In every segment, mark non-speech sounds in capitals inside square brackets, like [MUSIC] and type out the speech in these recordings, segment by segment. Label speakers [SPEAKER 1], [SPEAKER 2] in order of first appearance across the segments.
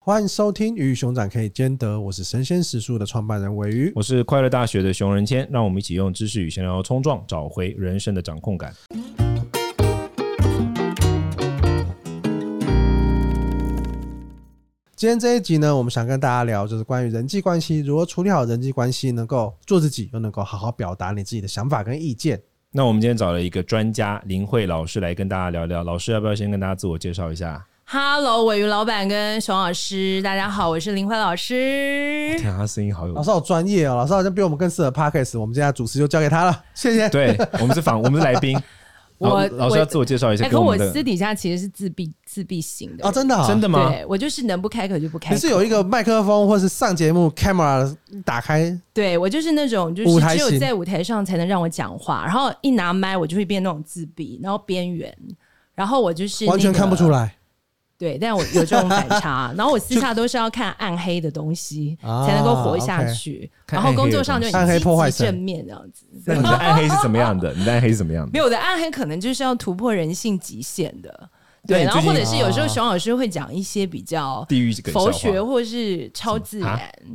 [SPEAKER 1] 欢迎收听《鱼与熊掌可以兼得》，我是神仙食宿的创办人尾鱼。
[SPEAKER 2] 我是快乐大学的熊仁谦，让我们一起用知识与闲聊冲撞，找回人生的掌控感。
[SPEAKER 1] 今天这一集呢，我们想跟大家聊，就是关于人际关系，如何处理好人际关系，能够做自己，又能够好好表达你自己的想法跟意见。
[SPEAKER 2] 那我们今天找了一个专家林慧老师来跟大家聊聊。老师要不要先跟大家自我介绍一下？
[SPEAKER 3] Hello，尾鱼老板跟熊老师，大家好，我是林慧老师。
[SPEAKER 2] 天啊，他声音好有
[SPEAKER 1] 老师好专业哦，老师好像比我们更适合 podcast，我们今天的主持就交给他了，谢谢。
[SPEAKER 2] 对，我们是访，我们是来宾。
[SPEAKER 3] [LAUGHS] 我
[SPEAKER 2] 老老师要自我介绍一
[SPEAKER 3] 哎、
[SPEAKER 2] 下，
[SPEAKER 3] 可
[SPEAKER 2] 跟
[SPEAKER 3] 我
[SPEAKER 2] 们的
[SPEAKER 3] 私底下其实是自闭自闭型的
[SPEAKER 1] 哦，真的啊、
[SPEAKER 2] [LAUGHS] 真的吗？
[SPEAKER 3] 对我就是能不开口就不开
[SPEAKER 1] 你
[SPEAKER 3] 口。
[SPEAKER 1] 是有一个麦克风，或是上节目 camera 打开，
[SPEAKER 3] 对我就是那种就
[SPEAKER 1] 舞
[SPEAKER 3] 是
[SPEAKER 1] 台
[SPEAKER 3] 只
[SPEAKER 1] 型
[SPEAKER 3] 有在舞台上才能让我讲话，然后一拿麦我就会变那种自闭，然后边缘，然后我就是、
[SPEAKER 1] 完全看不出。来。
[SPEAKER 3] 对，但我有这种反
[SPEAKER 1] [LAUGHS]
[SPEAKER 3] 差，然后我私下都是要看暗黑的东西
[SPEAKER 1] 啊
[SPEAKER 3] 才能够活下去，
[SPEAKER 2] 看
[SPEAKER 3] 然
[SPEAKER 2] 暗
[SPEAKER 3] 后
[SPEAKER 2] 黑的
[SPEAKER 3] 工作上就
[SPEAKER 1] 东西暗黑
[SPEAKER 3] 很积
[SPEAKER 1] 破坏
[SPEAKER 3] 极
[SPEAKER 1] 神
[SPEAKER 3] 正面这样子。
[SPEAKER 2] 那你的暗黑是怎么样的？你的暗黑是怎么样
[SPEAKER 3] 没
[SPEAKER 2] 的？
[SPEAKER 3] 有我的暗黑可能就是要突破人性极限的，
[SPEAKER 2] 那
[SPEAKER 3] 对，
[SPEAKER 2] 你
[SPEAKER 3] 然后
[SPEAKER 2] 最
[SPEAKER 3] 或
[SPEAKER 2] 近
[SPEAKER 3] 者是有时
[SPEAKER 1] 啊
[SPEAKER 3] 候熊老师会讲一些比较
[SPEAKER 2] 地狱梗笑话
[SPEAKER 3] 佛学或是超自然，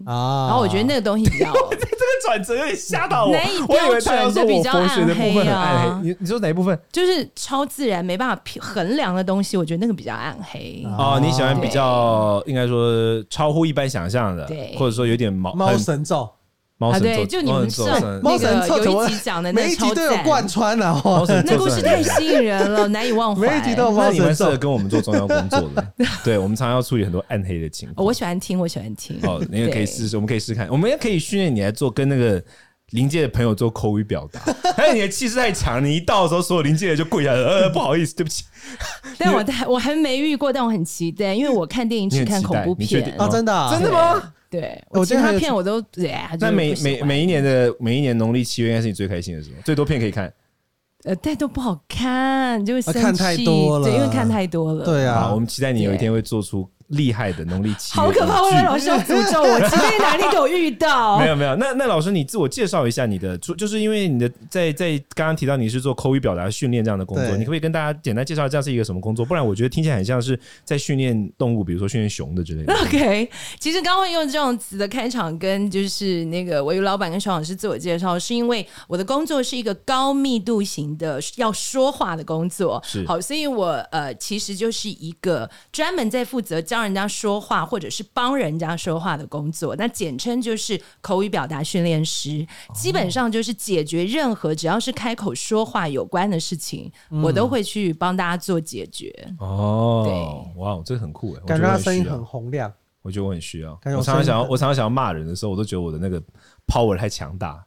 [SPEAKER 1] 啊
[SPEAKER 3] 然后我觉得那个东西比较
[SPEAKER 2] [LAUGHS] 这个转折有点吓到我
[SPEAKER 3] 难以，
[SPEAKER 2] 我以为他要说我
[SPEAKER 3] 标
[SPEAKER 2] 佛
[SPEAKER 3] 准的
[SPEAKER 2] 学的部分
[SPEAKER 3] 比
[SPEAKER 2] 很
[SPEAKER 3] 较暗黑
[SPEAKER 2] 暗
[SPEAKER 3] 啊
[SPEAKER 2] 黑。你你说哪一部分？
[SPEAKER 3] 就是超自然没办法匹衡量的东西，我觉得那个比较暗黑。
[SPEAKER 2] 哦，你喜欢比较应该说超乎一般想象的，
[SPEAKER 3] 对
[SPEAKER 2] 或者说有点毛
[SPEAKER 1] 猫
[SPEAKER 2] 很
[SPEAKER 1] 神咒，
[SPEAKER 2] 猫神咒，
[SPEAKER 3] 啊，对，就你
[SPEAKER 2] 猫
[SPEAKER 3] 们
[SPEAKER 2] 神
[SPEAKER 3] 是
[SPEAKER 2] 咒算
[SPEAKER 1] 猫
[SPEAKER 3] 那
[SPEAKER 1] 神
[SPEAKER 3] 个
[SPEAKER 1] 咒怎么
[SPEAKER 3] 有一集讲的那
[SPEAKER 1] 每
[SPEAKER 3] 个
[SPEAKER 1] 一集
[SPEAKER 3] 超
[SPEAKER 1] 都有
[SPEAKER 3] 赞，
[SPEAKER 1] 贯穿了
[SPEAKER 2] 猫
[SPEAKER 1] 哦。
[SPEAKER 2] 神咒
[SPEAKER 3] 那故事
[SPEAKER 2] 算很
[SPEAKER 3] 太吸引人了，难以忘怀。哦
[SPEAKER 1] 每一集都有
[SPEAKER 2] 那
[SPEAKER 1] 猫
[SPEAKER 2] 你们
[SPEAKER 1] 神
[SPEAKER 2] 适合
[SPEAKER 1] 咒，
[SPEAKER 2] 跟我们做中央工作
[SPEAKER 3] [LAUGHS]
[SPEAKER 2] 的，对我们常常要处理很多暗黑的情
[SPEAKER 3] 哦
[SPEAKER 2] 况。
[SPEAKER 3] 我喜欢听，我喜欢听。
[SPEAKER 2] 哦，那个可以
[SPEAKER 3] 对
[SPEAKER 2] 试试，我们可以试试看，我们也可以训练你来做跟那个临界的朋友做口语表达。还有你的气势太强，你一到的时候，所有临界的就跪下来，呃，不好意思，对不起。
[SPEAKER 3] 但我还我还没遇过，但我很期待，因为我看电影
[SPEAKER 2] 你
[SPEAKER 3] 只
[SPEAKER 2] 很
[SPEAKER 3] 看
[SPEAKER 2] 期
[SPEAKER 3] 恐
[SPEAKER 2] 待
[SPEAKER 3] 怖
[SPEAKER 2] 你确
[SPEAKER 3] 片
[SPEAKER 2] 定，
[SPEAKER 1] 哦，真的啊、
[SPEAKER 2] 真的吗？
[SPEAKER 3] 对，
[SPEAKER 1] 我
[SPEAKER 3] 我
[SPEAKER 1] 觉得
[SPEAKER 3] 其
[SPEAKER 1] 还
[SPEAKER 3] 他
[SPEAKER 1] 有
[SPEAKER 3] 片我都对，哎
[SPEAKER 2] 那每
[SPEAKER 3] 就是不喜
[SPEAKER 2] 每
[SPEAKER 3] 欢
[SPEAKER 2] 每一年的每一年农历七月应该是你最开心的时候，最多片可以看。
[SPEAKER 3] 呃，但都不好看，就会生气，
[SPEAKER 1] 啊看太多了
[SPEAKER 3] 对，因为看太多了，
[SPEAKER 1] 对啊
[SPEAKER 2] 好，我，们期待你有一天会做出厉害的农历七月。
[SPEAKER 3] 好可怕！未来老师要诅
[SPEAKER 1] [LAUGHS]
[SPEAKER 3] 咒我，今天哪里给我遇到
[SPEAKER 2] 没？有没有，那那老师你自我介绍一下你的，就就是因为你的在在刚刚提到你是做口语表达训练这样的工作，
[SPEAKER 1] 对
[SPEAKER 2] 你可不可以跟大家简单介绍这样是一个什么工作？不然我觉得听起来很像是在训练动物，比如说训练熊的之
[SPEAKER 1] [LAUGHS]
[SPEAKER 2] 类的。
[SPEAKER 3] [LAUGHS] OK，其实刚刚会用这种词的开场跟就是那个维语老板跟熊老师自我介绍，是因为我的工作是一个高密度型的要说话的工作，
[SPEAKER 2] 是
[SPEAKER 3] 好，所以我呃其实就是一个专门在负责教人家说话或者是帮人家说话的工作，那简称就是口语表达训练师，基本上就是解决任何只要是开口说话有关的事情，我都会去帮大家做解决。
[SPEAKER 2] 哦，哇，这个很酷哎，我
[SPEAKER 1] 感觉
[SPEAKER 2] 觉得
[SPEAKER 1] 他
[SPEAKER 2] 我
[SPEAKER 1] 声
[SPEAKER 2] 需
[SPEAKER 1] 音
[SPEAKER 2] 要
[SPEAKER 1] 很洪亮。
[SPEAKER 2] 我觉得我很需要。
[SPEAKER 1] 感觉
[SPEAKER 2] 我
[SPEAKER 1] 我
[SPEAKER 2] 常
[SPEAKER 1] 声
[SPEAKER 2] 常
[SPEAKER 1] 音
[SPEAKER 2] 想要，
[SPEAKER 1] 很
[SPEAKER 2] 我常常想要骂人的时候，我都觉得我的那个 power 太
[SPEAKER 1] [LAUGHS]
[SPEAKER 2] 强大，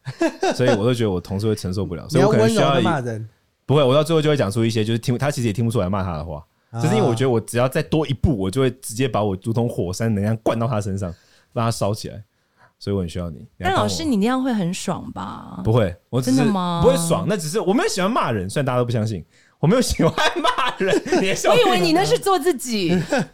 [SPEAKER 2] 所以我都觉得我同事会承受不了，
[SPEAKER 1] 你
[SPEAKER 2] 所以
[SPEAKER 1] 要
[SPEAKER 2] 我可能
[SPEAKER 1] 温
[SPEAKER 2] 需
[SPEAKER 1] 柔
[SPEAKER 2] 要
[SPEAKER 1] 的
[SPEAKER 2] 一
[SPEAKER 1] 骂人，
[SPEAKER 2] 不会，我到最后就会讲出一些就是听他其实也听不出来骂他的话，
[SPEAKER 1] 啊
[SPEAKER 2] 只是因为我觉得我只要再多一步，我就会直接把我如同火山能量灌到他身上，让他烧起来。所以我很需要你。你来
[SPEAKER 3] 但
[SPEAKER 2] 帮
[SPEAKER 3] 老
[SPEAKER 2] 我
[SPEAKER 3] 师，你那样会很爽吧？
[SPEAKER 2] 不会，我只是
[SPEAKER 3] 真的吗
[SPEAKER 2] 不会爽，那只是我没有喜欢骂人，虽然大家都不相信，我没有喜欢骂人。你也笑
[SPEAKER 3] 我
[SPEAKER 2] 屁
[SPEAKER 3] 以为你那是做
[SPEAKER 2] [LAUGHS]
[SPEAKER 3] 自己，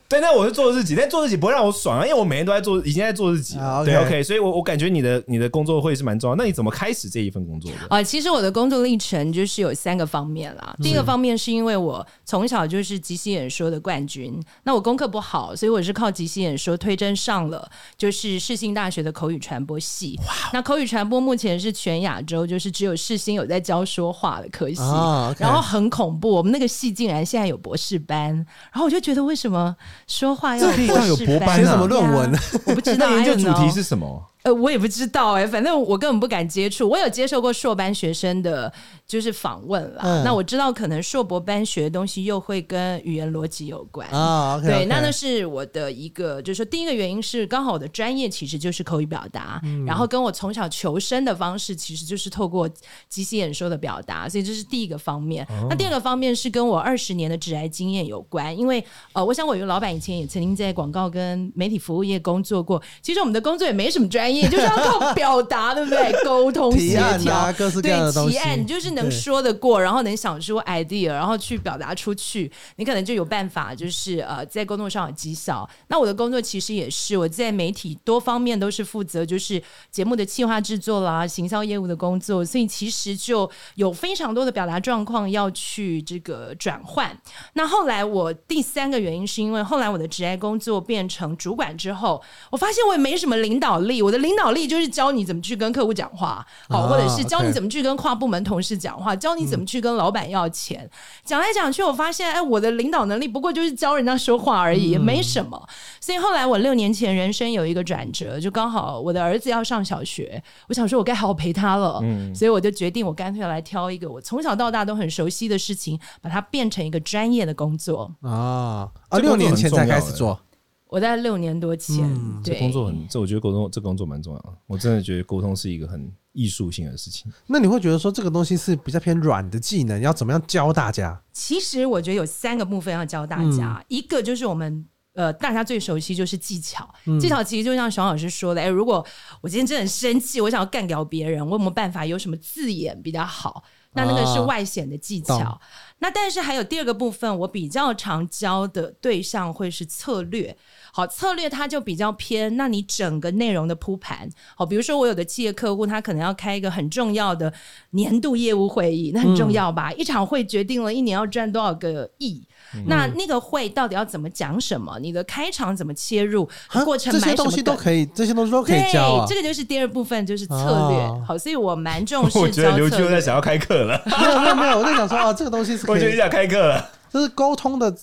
[SPEAKER 2] 对，那我是做自己，但做自己不会让我爽啊，因为我每天都在做，已经在做自己了。
[SPEAKER 1] 啊，OK
[SPEAKER 2] 对，OK，所以我我感觉你的你的工作会是蛮重要。那你怎么开始这一份工作的？
[SPEAKER 3] 啊、其实我的工作历程就是有三个方面啦。
[SPEAKER 2] 嗯
[SPEAKER 3] 第一个方面是因为我从小就是即兴演说的冠军，那我功课不好，所以我是靠即兴演说推甄上了，就是世新大学的口语传播系。
[SPEAKER 2] 哦
[SPEAKER 3] 那口语传播目前是全亚洲就是只有世新有在教说话的科系。
[SPEAKER 1] 啊，OK
[SPEAKER 3] 然后很恐怖，我们那个系竟然现在有博士班，然后我就觉得为什么说话要
[SPEAKER 2] 这可以要有博班啊
[SPEAKER 3] 士
[SPEAKER 2] 写什么
[SPEAKER 1] 论文
[SPEAKER 3] 对啊我不知道。
[SPEAKER 2] 那研究
[SPEAKER 3] I don't
[SPEAKER 2] 主题
[SPEAKER 3] know
[SPEAKER 2] 是什么？
[SPEAKER 3] 呃，我也不知道哎、反正我根本不敢接触。我有接受过硕班学生的，就是访问啦。
[SPEAKER 1] 嗯
[SPEAKER 3] 那我知道，可能硕博班学的东西又会跟语言逻辑有关。
[SPEAKER 1] 啊，OK，
[SPEAKER 3] 对，那那
[SPEAKER 1] 那
[SPEAKER 3] 是我的一个，就是说第一个原因是刚好我的专业其实就是口语表达，
[SPEAKER 1] 嗯
[SPEAKER 3] 然后跟我从小求生的方式其实就是透过即兴演说的表达，所以这是第一个方面。
[SPEAKER 1] 哦
[SPEAKER 3] 那第二个方面是跟我二十年的职涯经验有关，因为呃，我想我有老板以前也曾经在广告跟媒体服务业工作过，其实我们的工作也没什么专专业，就是要靠表达，对
[SPEAKER 1] [LAUGHS]
[SPEAKER 3] 不对？沟通
[SPEAKER 1] 提
[SPEAKER 3] 协
[SPEAKER 1] 案
[SPEAKER 3] 调
[SPEAKER 1] 啊，。各式各样的
[SPEAKER 3] 对
[SPEAKER 1] 东
[SPEAKER 3] 提
[SPEAKER 1] 西，
[SPEAKER 3] 案，你就是能
[SPEAKER 1] 对
[SPEAKER 3] 说得过，然后能想出嗯 idea，然后去表达出去，你可能就有办法，就是呃，在工作上有绩效。那我的工作其实也是，我在媒体多方面都是负责，就是节目的企划制作啦、行销业务的工作，所以其实就有非常多的表达状况要去这个转换。那后来我第三个原因是因为后来我的职业工作变成主管之后，我发现我也没什么领导力，我的领导力就是教你怎么去跟客户讲话，好，
[SPEAKER 1] 啊
[SPEAKER 3] 或者是教你
[SPEAKER 1] OK
[SPEAKER 3] 怎么去跟跨部门同事讲话，教你怎么去跟老板要钱。讲来讲去，我发现，哎，我的领导能力不过就是教人家说话而已，也没什么。所以后来我六年前人生有一个转折，就刚好我的儿子要上小学，我想说我该好好陪他了，所以我就决定，我干脆来挑一个我从小到大都很熟悉的事情，把它变成一个专业的工作。
[SPEAKER 1] 啊啊！
[SPEAKER 2] 这
[SPEAKER 1] 六
[SPEAKER 2] 工作
[SPEAKER 1] 年前
[SPEAKER 2] 很重
[SPEAKER 1] 才开
[SPEAKER 2] 要
[SPEAKER 1] 始
[SPEAKER 2] 欸
[SPEAKER 1] 做，
[SPEAKER 3] 我在六年多前，
[SPEAKER 2] 这
[SPEAKER 3] 对
[SPEAKER 2] 工作很，这我觉得沟通这工作蛮重要的。我真的觉得沟通是一个很艺术性的事情。
[SPEAKER 1] 那你会觉得说这个东西是比较偏软的技能，要怎么样教大家？
[SPEAKER 3] 其实我觉得有三个部分要教大家，
[SPEAKER 1] 嗯
[SPEAKER 3] 一个就是我们。呃，大家最熟悉就是技巧。
[SPEAKER 1] 嗯
[SPEAKER 3] 技巧其实就像熊老师说的，哎、如果我今天真的很生气，我想要干掉别人，我有没有办法？有什么字眼比较好？那那个是
[SPEAKER 1] 啊
[SPEAKER 3] 外显的技巧。
[SPEAKER 1] 懂
[SPEAKER 3] 那但是还有第二个部分，我比较常教的对象会是策略。好，策略它就比较偏，那你整个内容的铺盘。好，比如说我有的企业客户，他可能要开一个很重要的年度业务会议，那很重要
[SPEAKER 1] 嗯
[SPEAKER 3] 吧？一场会决定了一年要赚多少个亿。那那个会到底要怎么讲什么？你的开场怎么切入？
[SPEAKER 1] 啊
[SPEAKER 3] 过程
[SPEAKER 1] 这
[SPEAKER 3] 埋
[SPEAKER 1] 些
[SPEAKER 3] 什
[SPEAKER 1] 东
[SPEAKER 3] 么
[SPEAKER 1] 西
[SPEAKER 3] 梗
[SPEAKER 1] 都可以，这些东西都可
[SPEAKER 3] 对
[SPEAKER 1] 以，教啊
[SPEAKER 3] 这。个就是第二部分，就是策略。
[SPEAKER 1] 哦
[SPEAKER 3] 好，所以我蛮
[SPEAKER 1] [LAUGHS]
[SPEAKER 3] 重
[SPEAKER 2] [LAUGHS]
[SPEAKER 3] 视
[SPEAKER 2] 我觉得
[SPEAKER 3] 教
[SPEAKER 2] 刘
[SPEAKER 3] 策
[SPEAKER 2] 秋
[SPEAKER 3] 略
[SPEAKER 2] 在。想要开课 [LAUGHS] 了，
[SPEAKER 1] 没有没有没有，我在想说啊，这个东西是
[SPEAKER 2] 我
[SPEAKER 1] 可
[SPEAKER 2] 觉得你
[SPEAKER 1] 以，
[SPEAKER 2] 想开课了。
[SPEAKER 1] 就是沟通的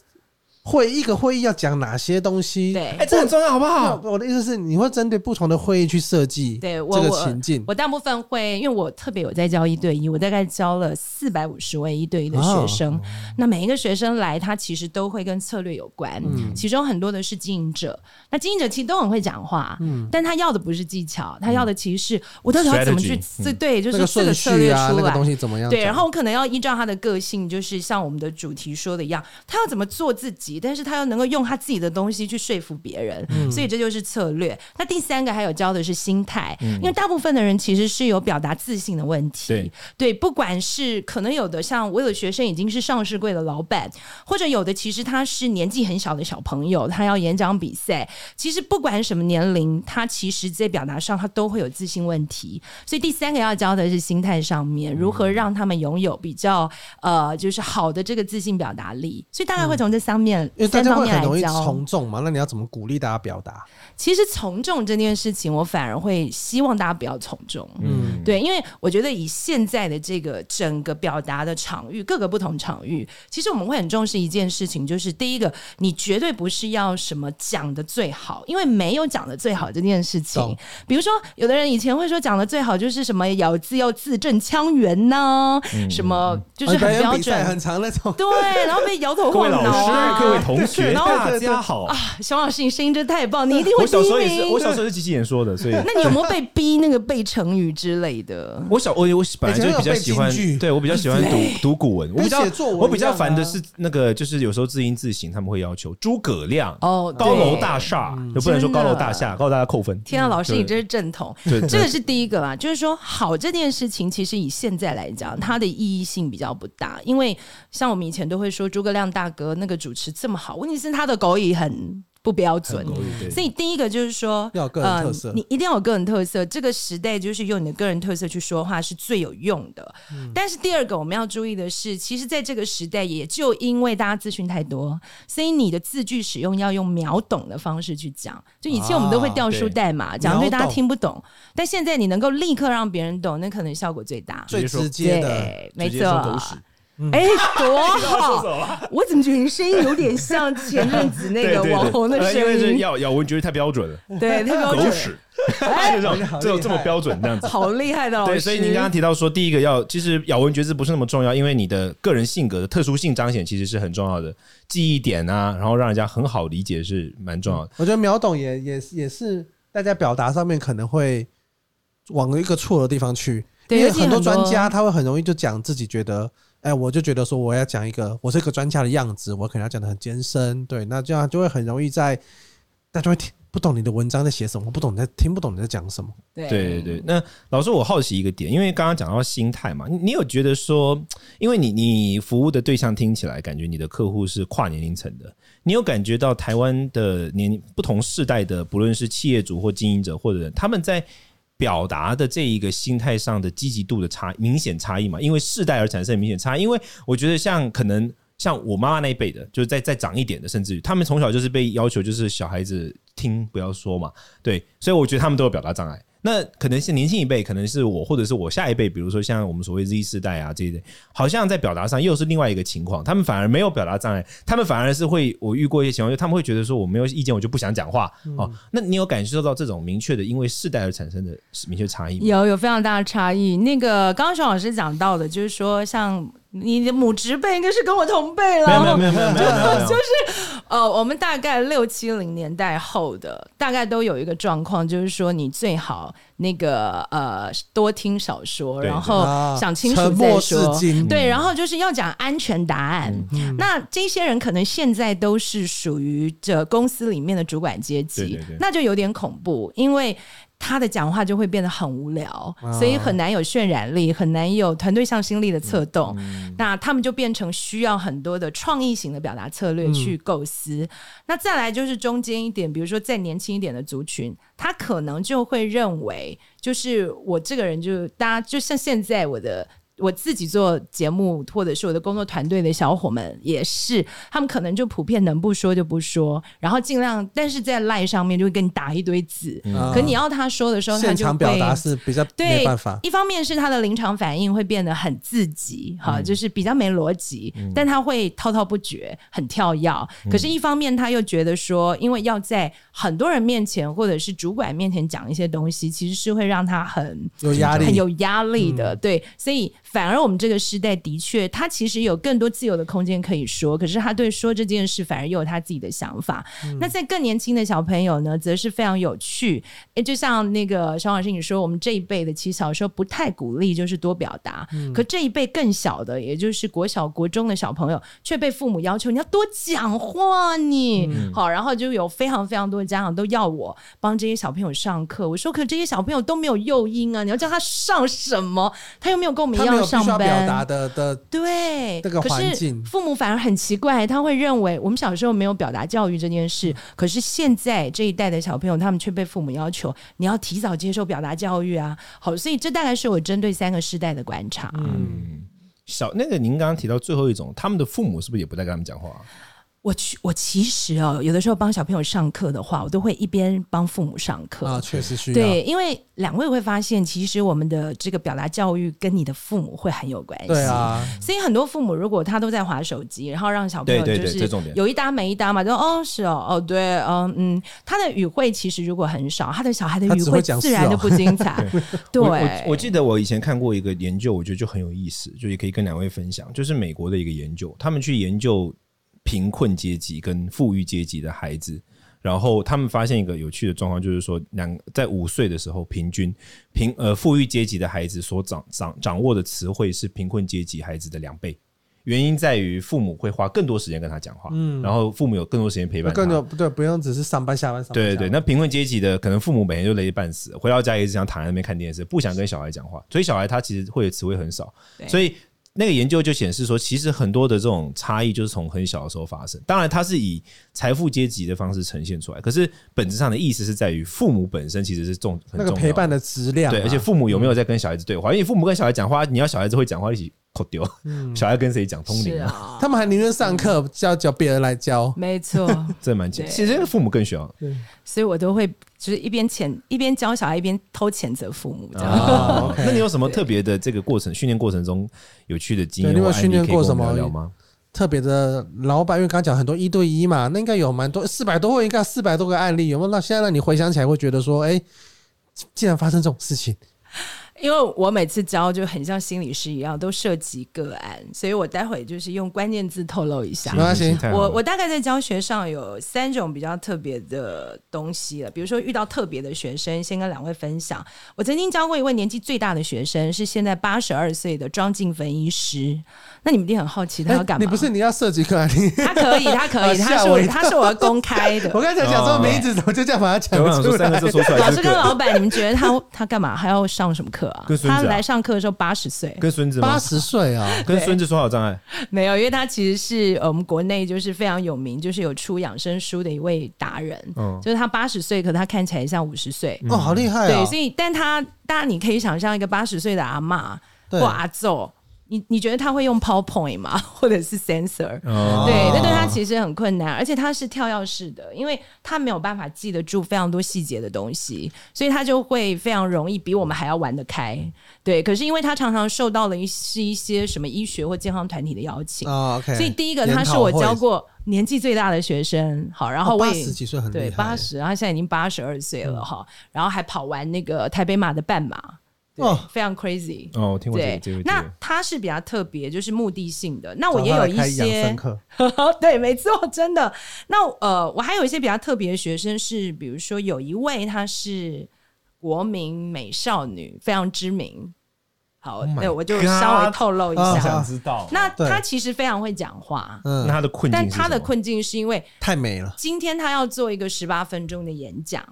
[SPEAKER 1] 会一个会议要讲哪些东西。
[SPEAKER 3] 对
[SPEAKER 2] 哎，，这很重要，好不
[SPEAKER 1] 那
[SPEAKER 2] 好？
[SPEAKER 1] 我的意思是，你会针对不同的会议去设计
[SPEAKER 3] 对
[SPEAKER 1] 这
[SPEAKER 3] 我
[SPEAKER 1] 个
[SPEAKER 3] 我
[SPEAKER 1] 情境。
[SPEAKER 3] 我大部分会，因为我特别有在教一对一，我大概教了四百五十位一对一
[SPEAKER 1] 啊
[SPEAKER 3] 的
[SPEAKER 1] 哦
[SPEAKER 3] 学生。那每一个学生来，他其实都会跟策略有关，
[SPEAKER 1] 嗯
[SPEAKER 3] 其中很多的是经营者。那经营者其实都很会讲话，
[SPEAKER 1] 嗯
[SPEAKER 3] 但他要的不是技巧，他要的其实是我到底要怎么去
[SPEAKER 2] Strategy，
[SPEAKER 3] 这对，就
[SPEAKER 1] 嗯那
[SPEAKER 3] 是
[SPEAKER 1] 个
[SPEAKER 3] 这个
[SPEAKER 1] 顺
[SPEAKER 3] 策略
[SPEAKER 1] 序啊，
[SPEAKER 3] 出
[SPEAKER 1] 那个
[SPEAKER 3] 来
[SPEAKER 1] 东。西怎么样讲？
[SPEAKER 3] 对，然后我可能要依照他的个性，就是像我们的主题说的一样，他要怎么做自己，但是他要能够用他自己的东西去说服别人，
[SPEAKER 1] 嗯
[SPEAKER 3] 所以这就是策略。那第三个还有教的是心态，
[SPEAKER 1] 嗯
[SPEAKER 3] 因为大部分的人其实是有表达自信的问题，
[SPEAKER 2] 对
[SPEAKER 3] 不管是可能有的像我有的学生已经是上市柜的老板，或者有的其实他是年纪很小的小朋友，他要演讲比赛，其实不管什么年龄，他其实在表达上他都会有自信问题。所以第三个要教的是心态上面，
[SPEAKER 1] 嗯
[SPEAKER 3] 如何让他们拥有比较呃，就是好的这个自信表达力。所以大概会从这三面、
[SPEAKER 1] 因为大
[SPEAKER 3] 三
[SPEAKER 1] 家
[SPEAKER 3] 方
[SPEAKER 1] 会
[SPEAKER 3] 面
[SPEAKER 1] 很容
[SPEAKER 3] 来
[SPEAKER 1] 易
[SPEAKER 3] 教。
[SPEAKER 1] 从众嘛，那你要怎么鼓励大家表达？
[SPEAKER 3] 其实从众这件事情，我反而会希望大家不要从众。
[SPEAKER 2] 嗯，
[SPEAKER 3] 对，因为我觉得以现在的这个整个表达的场域，各个不同场域，其实我们会很重视一件事情，就是第一个，你绝对不是要什么讲的最好，因为没有讲的最好这件事情
[SPEAKER 1] 懂。
[SPEAKER 3] 比如说，有的人以前会说讲的最好就是什么咬字要字正腔圆呐、
[SPEAKER 2] 嗯
[SPEAKER 3] 什么就是 [LAUGHS]
[SPEAKER 1] 啊表
[SPEAKER 3] 很
[SPEAKER 1] 演
[SPEAKER 3] 标
[SPEAKER 1] 比赛
[SPEAKER 3] 准。
[SPEAKER 1] 很长那种，
[SPEAKER 3] 对，然后被摇头
[SPEAKER 2] 各位
[SPEAKER 3] 晃
[SPEAKER 2] 老
[SPEAKER 3] 脑啊！
[SPEAKER 2] 师、各位同学，
[SPEAKER 3] 对啊然后
[SPEAKER 2] 大家好。
[SPEAKER 3] 熊老师，你声音真的太棒，你一定会
[SPEAKER 2] 我
[SPEAKER 3] 第
[SPEAKER 2] 小时候也
[SPEAKER 3] 一
[SPEAKER 2] 是，
[SPEAKER 3] 名。
[SPEAKER 2] 我小时候是机器人说的，
[SPEAKER 3] [LAUGHS]
[SPEAKER 2] 所以
[SPEAKER 3] 那你有没有被逼那个背成语之类的？
[SPEAKER 2] 我小我我本来就比较喜欢
[SPEAKER 1] 以前有背京剧，
[SPEAKER 2] 对我比较喜欢读读古文，我比较
[SPEAKER 1] 跟写作文一样啊
[SPEAKER 2] 我比较烦的是那个，就是有时候字音字形他们会要求诸葛亮
[SPEAKER 3] 哦
[SPEAKER 2] [LAUGHS] 高楼
[SPEAKER 3] 对
[SPEAKER 2] 大厦，就不能说
[SPEAKER 3] 真
[SPEAKER 2] 高
[SPEAKER 3] 的
[SPEAKER 2] 楼大厦，高楼大厦扣分。
[SPEAKER 3] 天啊，老师，
[SPEAKER 2] 对
[SPEAKER 3] 你真是正统。
[SPEAKER 2] 对，
[SPEAKER 3] 这个是第一个啦，就是说好这件事情，其实以现在来讲，它的意义性比较不大，因为像我们以前都会说诸葛亮大哥那个主持这么好，问题是他的狗语很不标准。
[SPEAKER 2] 对
[SPEAKER 3] 所以第一个就是说，
[SPEAKER 1] 要有个人特色
[SPEAKER 3] 呃，你一定要有个人特色。这个时代就是用你的个人特色去说话是最有用的。
[SPEAKER 2] 嗯
[SPEAKER 3] 但是第二个我们要注意的是，其实在这个时代，也就因为大家资讯太多，所以你的字句使用要用秒懂的方式去讲。就以前我们都会
[SPEAKER 1] 啊
[SPEAKER 3] 掉书
[SPEAKER 2] 对
[SPEAKER 3] 袋嘛，讲对
[SPEAKER 1] 秒
[SPEAKER 3] 大家
[SPEAKER 1] 懂
[SPEAKER 3] 听不懂，但现在你能够立刻让别人懂，那可能效果最大。
[SPEAKER 1] 最
[SPEAKER 2] 直接说
[SPEAKER 1] 直接的。
[SPEAKER 3] 对，没
[SPEAKER 2] 直接说狗
[SPEAKER 3] 错啊
[SPEAKER 2] 屎。
[SPEAKER 3] 哎，多
[SPEAKER 2] 说
[SPEAKER 3] 好
[SPEAKER 2] 什！ [LAUGHS] 么
[SPEAKER 3] 我怎么觉得你声音有点像前阵子那个
[SPEAKER 2] 对对对
[SPEAKER 3] 网红的
[SPEAKER 2] 呃因
[SPEAKER 3] 声
[SPEAKER 2] 为是
[SPEAKER 3] 音？哦
[SPEAKER 2] 咬咬文觉得太标准了，
[SPEAKER 3] 对，太标
[SPEAKER 2] 狗
[SPEAKER 3] 准。
[SPEAKER 2] 屎，[LAUGHS]
[SPEAKER 3] 哎
[SPEAKER 2] 这种这
[SPEAKER 1] 好厉
[SPEAKER 2] 种
[SPEAKER 1] 害
[SPEAKER 2] 这么标准这样子。
[SPEAKER 3] 好厉害的 [LAUGHS] 老师。
[SPEAKER 2] 对，所以您刚刚提到说，第一个要其实咬文嚼字不是那么重要，因为你的个人性格的特殊性彰显其实是很重要的，记忆点啊，然后让人家很好理解是蛮重要的。
[SPEAKER 1] 我觉得秒懂也也是也是大家表达上面可能会往一个错的地方去，
[SPEAKER 3] 对
[SPEAKER 1] 因为
[SPEAKER 3] 尤其
[SPEAKER 1] 很多
[SPEAKER 3] 很多
[SPEAKER 1] 专家他会很容易就讲自己觉得，哎，我就觉得说我要讲一个我是一个专家的样子，我可能要讲的很艰深，对，那这样就会很容易在大家会听不懂你的文章在写什么，我不懂你在听不懂你在讲什么。
[SPEAKER 3] 对
[SPEAKER 2] 对对对，那老师，我好奇一个点，因为刚刚讲到心态嘛，你你有觉得说，因为你你服务的对象听起来感觉你的客户是跨年龄层的，你有感觉到台湾的年不同世代的，不论是企业主或经营者或者人他们在表达的这一个心态上的积极度的差明显差异嘛？因为世代而产生的明显差异，因为我觉得像可能。像我妈妈那一辈的，就是再再长一点的，甚至于他们从小就是被要求，就是小孩子听不要说嘛，对，所以我觉得他们都有表达障碍。那可能是年轻一辈，可能是我，或者是我下一辈，比如说像我们所谓 Z 世代啊这一类，好像在表达上又是另外一个情况，他们反而没有表达障碍，他们反而是会，我遇过一些情况，就他们会觉得说我没有意见，我就不想讲话、哦。那你有感受到这种明确的因为世代而产生的明确差异吗？
[SPEAKER 3] 有有 [LAUGHS] 非常大的差异。那个刚刚熊老师讲到的，就是说像你的母职辈应该是跟我同辈了，
[SPEAKER 2] 没有没有没有没有没有没有，
[SPEAKER 3] 呃，我们大概六七零年代后的，大概都有一个状况，就是说你最好那个呃多听少说，
[SPEAKER 2] 对
[SPEAKER 3] 然后
[SPEAKER 1] 啊
[SPEAKER 3] 哦想清楚
[SPEAKER 1] 沉
[SPEAKER 3] 再
[SPEAKER 1] 默是
[SPEAKER 3] 说。
[SPEAKER 1] 金。
[SPEAKER 3] 对，然后就是要讲安全答案。
[SPEAKER 2] 嗯
[SPEAKER 3] 那这些人可能现在都是属于这公司里面的主管阶级，
[SPEAKER 2] 对对对
[SPEAKER 3] 那就有点恐怖，因为。他的讲话就会变得很无聊，所以很难有渲染力，很难有团队向心力的策动。那他们就变成需要很多的创意型的表达策略去构思。那再来就是中间一点，比如说再年轻一点的族群，他可能就会认为，就是我这个人就大家就像现在我的。我自己做节目，或者是我的工作团队的小伙们，也是他们可能就普遍能不说就不说，然后尽量，但是在赖上面就会给你打一堆字，
[SPEAKER 1] 嗯
[SPEAKER 3] 可你要他说的时候，他
[SPEAKER 1] 现
[SPEAKER 3] 就会
[SPEAKER 1] 场表达是比较没
[SPEAKER 3] 对
[SPEAKER 1] 办法，
[SPEAKER 3] 一方面是他的临场反应会变得很自己，
[SPEAKER 1] 嗯
[SPEAKER 3] 哈、就是比较没逻辑，但他会滔滔不绝，很跳跃。
[SPEAKER 1] 嗯
[SPEAKER 3] 可是，一方面他又觉得说，因为要在很多人面前或者是主管面前讲一些东西，其实是会让他很
[SPEAKER 1] 有压
[SPEAKER 3] 很
[SPEAKER 1] 力。嗯
[SPEAKER 3] 有压力的，对，所以反而我们这个时代的确，他其实有更多自由的空间可以说，可是他对说这件事反而又有他自己的想法。那
[SPEAKER 1] 嗯
[SPEAKER 3] 在更年轻的小朋友呢，则是非常有趣。诶，就像那个小老师你说，我们这一辈的其实小时候不太鼓励就是多表达，
[SPEAKER 1] 嗯
[SPEAKER 3] 可这一辈更小的，也就是国小、国中的小朋友，却被父母要求你要多讲话你，
[SPEAKER 1] 嗯
[SPEAKER 3] 好，然后就有非常非常多的家长都要我帮这些小朋友上课。我说，可这些小朋友都没有诱因啊，你要叫他上什么？他又没有跟我们
[SPEAKER 1] 他
[SPEAKER 3] 一
[SPEAKER 1] 没有
[SPEAKER 3] 样
[SPEAKER 1] 必须
[SPEAKER 3] 上
[SPEAKER 1] 要表达
[SPEAKER 3] 班。
[SPEAKER 1] 的的，
[SPEAKER 3] 对，
[SPEAKER 1] 这个
[SPEAKER 3] 可
[SPEAKER 1] 环
[SPEAKER 3] 是
[SPEAKER 1] 境
[SPEAKER 3] 父母反而很奇怪，他会认为我们小时候没有表达教育这件事，可是现在这一代的小朋友，他们却被父母要求你要提早接受表达教育啊。好，所以这大概是我针对三个世代的观察。
[SPEAKER 2] 嗯，小那个您刚刚提到最后一种，他们的父母是不是也不再跟他们讲话、啊
[SPEAKER 3] 我去，我其实哦，有的时候帮小朋友上课的话，我都会一边帮父母上课。
[SPEAKER 1] 啊，确实需要。
[SPEAKER 3] 对，因为两位会发现，其实我们的这个表达教育跟你的父母会很有关系。
[SPEAKER 1] 对啊，
[SPEAKER 3] 所以很多父母如果他都在划手机，然后让小朋友
[SPEAKER 2] 对
[SPEAKER 3] 就
[SPEAKER 2] 对对
[SPEAKER 3] 是
[SPEAKER 2] 这重点
[SPEAKER 3] 有一搭没一搭嘛，就哦是哦哦对哦嗯，他的语汇其实如果很少，他的小孩的
[SPEAKER 1] 他
[SPEAKER 3] 语
[SPEAKER 1] 只会
[SPEAKER 3] 汇
[SPEAKER 1] 讲
[SPEAKER 3] 自
[SPEAKER 1] 是
[SPEAKER 3] 然
[SPEAKER 1] 哦
[SPEAKER 3] 就不精彩。对，
[SPEAKER 2] 我我我记得我以前看过一个研究，我觉得就很有意思，就也可以跟两位分享，就是美国的一个研究，他们去研究贫困阶级跟富裕阶级的孩子，然后他们发现一个有趣的状况，就是说两在五岁的时候，平均贫呃富裕阶级的孩子所掌掌掌握的词汇是贫困阶级孩子的两倍。原因在于父母会花更多时间跟他讲话，
[SPEAKER 3] 嗯
[SPEAKER 2] 然后父母有更多时间陪伴他，
[SPEAKER 1] 更有不对，不用只是上班下班上班。
[SPEAKER 2] 对对
[SPEAKER 1] 下
[SPEAKER 2] 对，
[SPEAKER 1] 班
[SPEAKER 2] 那贫困阶级的可能父母每天就累得半死，回到家也只想躺在那边看电视，不想跟小孩讲话，所以小孩他其实会有词汇很少，
[SPEAKER 3] 对
[SPEAKER 2] 所以。那个研究就显示说，其实很多的这种差异就是从很小的时候发生。当然，它是以财富阶级的方式呈现出来，可是本质上的意思是在于父母本身其实是重很
[SPEAKER 1] 那个
[SPEAKER 2] 重要
[SPEAKER 1] 陪
[SPEAKER 2] 的
[SPEAKER 1] 伴的质量啊，嗯
[SPEAKER 2] 对，而且父母有没有在跟小孩子对话？因为父母跟小孩讲话，你要小孩子会讲话，一起口丢，
[SPEAKER 1] 嗯
[SPEAKER 2] 小孩跟谁讲通
[SPEAKER 3] 是
[SPEAKER 2] 灵啊？
[SPEAKER 3] 啊，
[SPEAKER 1] 他们还宁愿上课叫叫别人来教。
[SPEAKER 3] 没错。
[SPEAKER 2] 这蛮奇。
[SPEAKER 3] 对
[SPEAKER 2] 其实父母更需要，
[SPEAKER 3] 所以我都会就是一边谴一边教小孩，一边偷谴责父母这样。 [LAUGHS]
[SPEAKER 1] 啊
[SPEAKER 2] 哦
[SPEAKER 1] OK
[SPEAKER 2] 那你有什么特别的这个过程训练过程中有趣的经验？
[SPEAKER 1] 对你有没有
[SPEAKER 2] 或案例
[SPEAKER 1] 训练
[SPEAKER 2] 可以跟
[SPEAKER 1] 过什么
[SPEAKER 2] 我们聊聊吗？
[SPEAKER 1] 特别的老板，因为刚刚讲很多一对一嘛，那应该有蛮多四百多个，应该四百多个案例，有没有？那现在让你回想起来，会觉得说，哎、竟然发生这种事情，
[SPEAKER 3] 因为我每次教就很像心理师一样，都涉及个案，所以我待会就是用关键字透露一下
[SPEAKER 1] 没。关系
[SPEAKER 2] 太好了
[SPEAKER 3] 我我大概在教学上有三种比较特别的东西了，比如说遇到特别的学生，先跟两位分享。我曾经教过一位年纪最大的学生，是现在八十二岁的庄静芬医师。那你们一定很好奇他要
[SPEAKER 1] 哎
[SPEAKER 3] 干嘛？
[SPEAKER 1] 你不是你要设计课啊？你
[SPEAKER 3] 他可以，他可
[SPEAKER 1] [LAUGHS]
[SPEAKER 3] 以，
[SPEAKER 1] 吓
[SPEAKER 3] 他是
[SPEAKER 1] 我
[SPEAKER 3] 我
[SPEAKER 1] 一
[SPEAKER 3] 他是我公开
[SPEAKER 1] [LAUGHS] 我刚才
[SPEAKER 3] 的。
[SPEAKER 1] 想
[SPEAKER 2] 哦
[SPEAKER 1] 说名字，怎么就这样把它讲
[SPEAKER 2] 我想
[SPEAKER 1] 出
[SPEAKER 2] 说三个
[SPEAKER 1] 来？
[SPEAKER 2] 字说出来，
[SPEAKER 3] 老师跟老板，你们觉得他他干嘛？还要上什么课啊
[SPEAKER 2] 跟？孙子啊
[SPEAKER 3] 他来上课的时候八十岁，
[SPEAKER 2] 跟孙子吗
[SPEAKER 1] 八？十岁啊，
[SPEAKER 2] 跟孙子说好障碍，
[SPEAKER 3] 没有，因为他其实是呃我们国内就是非常有名，就是有出养生书的一位达人。
[SPEAKER 2] 嗯
[SPEAKER 3] 就是他八十岁，可他看起来像五十岁。
[SPEAKER 1] 哦，好厉害
[SPEAKER 3] 对，
[SPEAKER 1] 啊
[SPEAKER 3] 所！以但他当然你可以想象一个八十岁的阿嬷
[SPEAKER 1] 对
[SPEAKER 3] 或阿昼，你你觉得他会用 PowerPoint 吗？或者是 Sensor？
[SPEAKER 2] 哦
[SPEAKER 3] 对，那对他其实很困难，而且他是跳跃式的，因为他没有办法记得住非常多细节的东西，所以他就会非常容易比我们还要玩得开。对，可是因为他常常受到了一是一些什么医学或健康团体的邀请，
[SPEAKER 1] 啊，OK。
[SPEAKER 3] 所以第一个他是我教过年纪最大的学生，好，然后我
[SPEAKER 1] 哦八
[SPEAKER 3] 也、
[SPEAKER 1] 十几岁很厉
[SPEAKER 3] 对
[SPEAKER 1] 害，嗯
[SPEAKER 3] 八十，他现在已经八十二岁了哈，然后还跑完那个台北马的半马，对，
[SPEAKER 1] 哦
[SPEAKER 3] 非常 crazy。
[SPEAKER 2] 哦，我听过这个
[SPEAKER 3] 对
[SPEAKER 2] 这个，这
[SPEAKER 3] 那
[SPEAKER 2] 个，
[SPEAKER 3] 他是比较特别，就是目的性的。那
[SPEAKER 1] 找
[SPEAKER 3] 我
[SPEAKER 1] 他
[SPEAKER 3] 哦也有
[SPEAKER 1] 来
[SPEAKER 3] 一
[SPEAKER 1] 开养
[SPEAKER 3] 些
[SPEAKER 1] 生，课，
[SPEAKER 3] [LAUGHS] 对，没错，真的。那呃，我还有一些比较特别的学生是，比如说有一位她是国民美少女，非常知名。好，
[SPEAKER 1] Oh
[SPEAKER 2] my
[SPEAKER 3] 对，我就稍微
[SPEAKER 2] God
[SPEAKER 3] 透露一
[SPEAKER 1] 啊
[SPEAKER 2] 我
[SPEAKER 3] 下。
[SPEAKER 2] 想知道，
[SPEAKER 3] 那
[SPEAKER 1] 对
[SPEAKER 3] 她其实非常会讲话，
[SPEAKER 2] 那
[SPEAKER 1] 嗯，
[SPEAKER 2] 他的困境
[SPEAKER 3] 但
[SPEAKER 2] 是什么，
[SPEAKER 3] 她的困境是因为
[SPEAKER 1] 太美了，
[SPEAKER 3] 今天他要做一个十八分钟的演讲，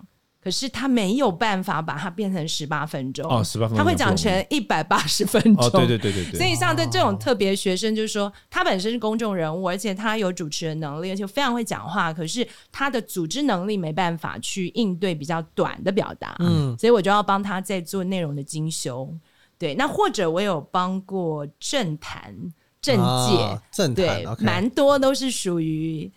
[SPEAKER 3] 可是他没有办法把它变成十八分钟
[SPEAKER 2] 哦18分钟
[SPEAKER 3] 他会讲成一百八十分钟。
[SPEAKER 2] 哦，对对对对对，
[SPEAKER 3] 所以像对这种特别学生，就是说他本身是公众人物，而且他有主持人能力，而且非常会讲话，可是他的组织能力没办法去应对比较短的表达，嗯，所以我就要帮他在做内容的精修。对，那或者我有帮过政坛、政界、
[SPEAKER 1] 啊政坛
[SPEAKER 3] 对，
[SPEAKER 1] ，OK， [LAUGHS]
[SPEAKER 3] 蛮多都是属于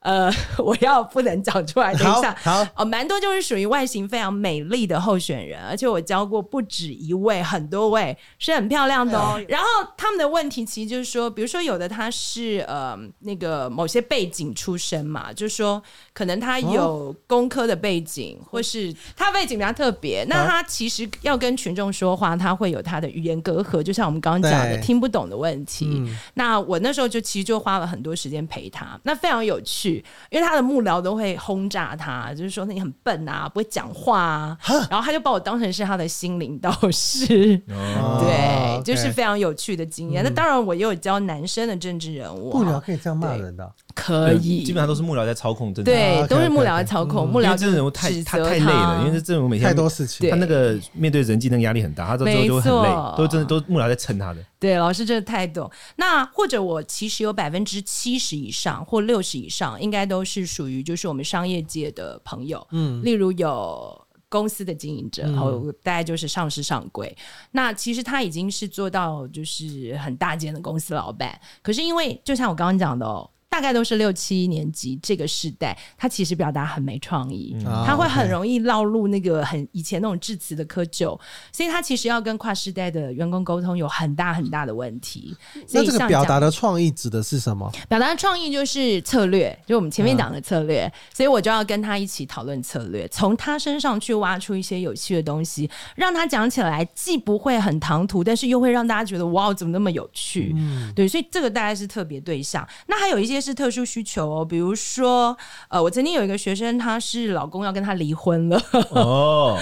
[SPEAKER 3] 呃，我要不能讲出来，等
[SPEAKER 1] 好
[SPEAKER 3] 一下。
[SPEAKER 1] 好，
[SPEAKER 3] 哦，蛮多就是属于外形非常美丽的候选人，而且我教过不止一位，很多位是很漂亮的哦。然后他们的问题其实就是说，比如说有的他是呃那个某些背景出身嘛，就是说可能他有工科的背景，或是他背景比较特别，那他其实要跟群众说话，他会有他的语言隔阂，就像我们刚刚讲的
[SPEAKER 1] 对
[SPEAKER 3] 听不懂的问题。
[SPEAKER 2] 嗯
[SPEAKER 3] 那我那时候就其实就花了很多时间陪他，那非常有趣，因为他的幕僚都会轰炸他，就是说你很笨啊，不会讲
[SPEAKER 2] [LAUGHS]
[SPEAKER 3] 话啊，然后他就把我当成是他的心灵导师，
[SPEAKER 2] 哦嗯
[SPEAKER 3] 对，
[SPEAKER 1] OK
[SPEAKER 3] 就是非常有趣的经验。那当然，我也有教男生的政治人物
[SPEAKER 1] 不聊
[SPEAKER 3] 啊，
[SPEAKER 1] 可以这样骂人的，
[SPEAKER 3] 可以，
[SPEAKER 2] 基本上都是幕僚在操控，真的，嗯
[SPEAKER 3] 对，
[SPEAKER 1] OK，OK，
[SPEAKER 3] 都是幕僚的操控，幕
[SPEAKER 2] 因
[SPEAKER 3] 僚
[SPEAKER 2] 为这种人物太
[SPEAKER 3] 指
[SPEAKER 2] 他
[SPEAKER 3] 责
[SPEAKER 2] 太累了，
[SPEAKER 3] 他
[SPEAKER 2] 因为这种人每天
[SPEAKER 1] 太多事情
[SPEAKER 3] 对
[SPEAKER 2] 他那个面对人际那个压力很大，他到最后就会很
[SPEAKER 3] 没
[SPEAKER 2] 累，
[SPEAKER 3] 错
[SPEAKER 2] 都真的都幕僚在撑他的。
[SPEAKER 3] 对，老师真的太懂。那或者我其实有百分之七十以上或六十以上，应该都是属于就是我们商业界的朋友，嗯，例如有。公司的经营者，然后大概就是上市上柜。那其实他已经是做到就是很大间的公司老板，可是因为就像我刚刚讲的哦，大概都是六七年级这个时代，他其实表达很没创意，
[SPEAKER 1] 啊
[SPEAKER 3] 他会
[SPEAKER 1] OK
[SPEAKER 3] 很容易落入那个很以前那种致辞的窠臼，所以他其实要跟跨世代的员工沟通有很大很大的问题。所
[SPEAKER 1] 嗯那
[SPEAKER 3] 以
[SPEAKER 1] 这个
[SPEAKER 3] 像
[SPEAKER 1] 表
[SPEAKER 3] 讲啊
[SPEAKER 1] 达的创意指的是什么？
[SPEAKER 3] 表达创意就是策略，就我们前
[SPEAKER 1] 嗯
[SPEAKER 3] 面讲的策略，所以我就要跟他一起讨论策略，从他身上去挖出一些有趣的东西，让他讲起来既不会很唐突，但是又会让大家觉得哇，哦怎么那么有趣？
[SPEAKER 1] 嗯
[SPEAKER 3] 对，所以这个大概是特别对象。那还有一些是特殊需求、哦，比如说，呃，我曾经有一个学生，她是老公要跟她离婚了，
[SPEAKER 2] 哦，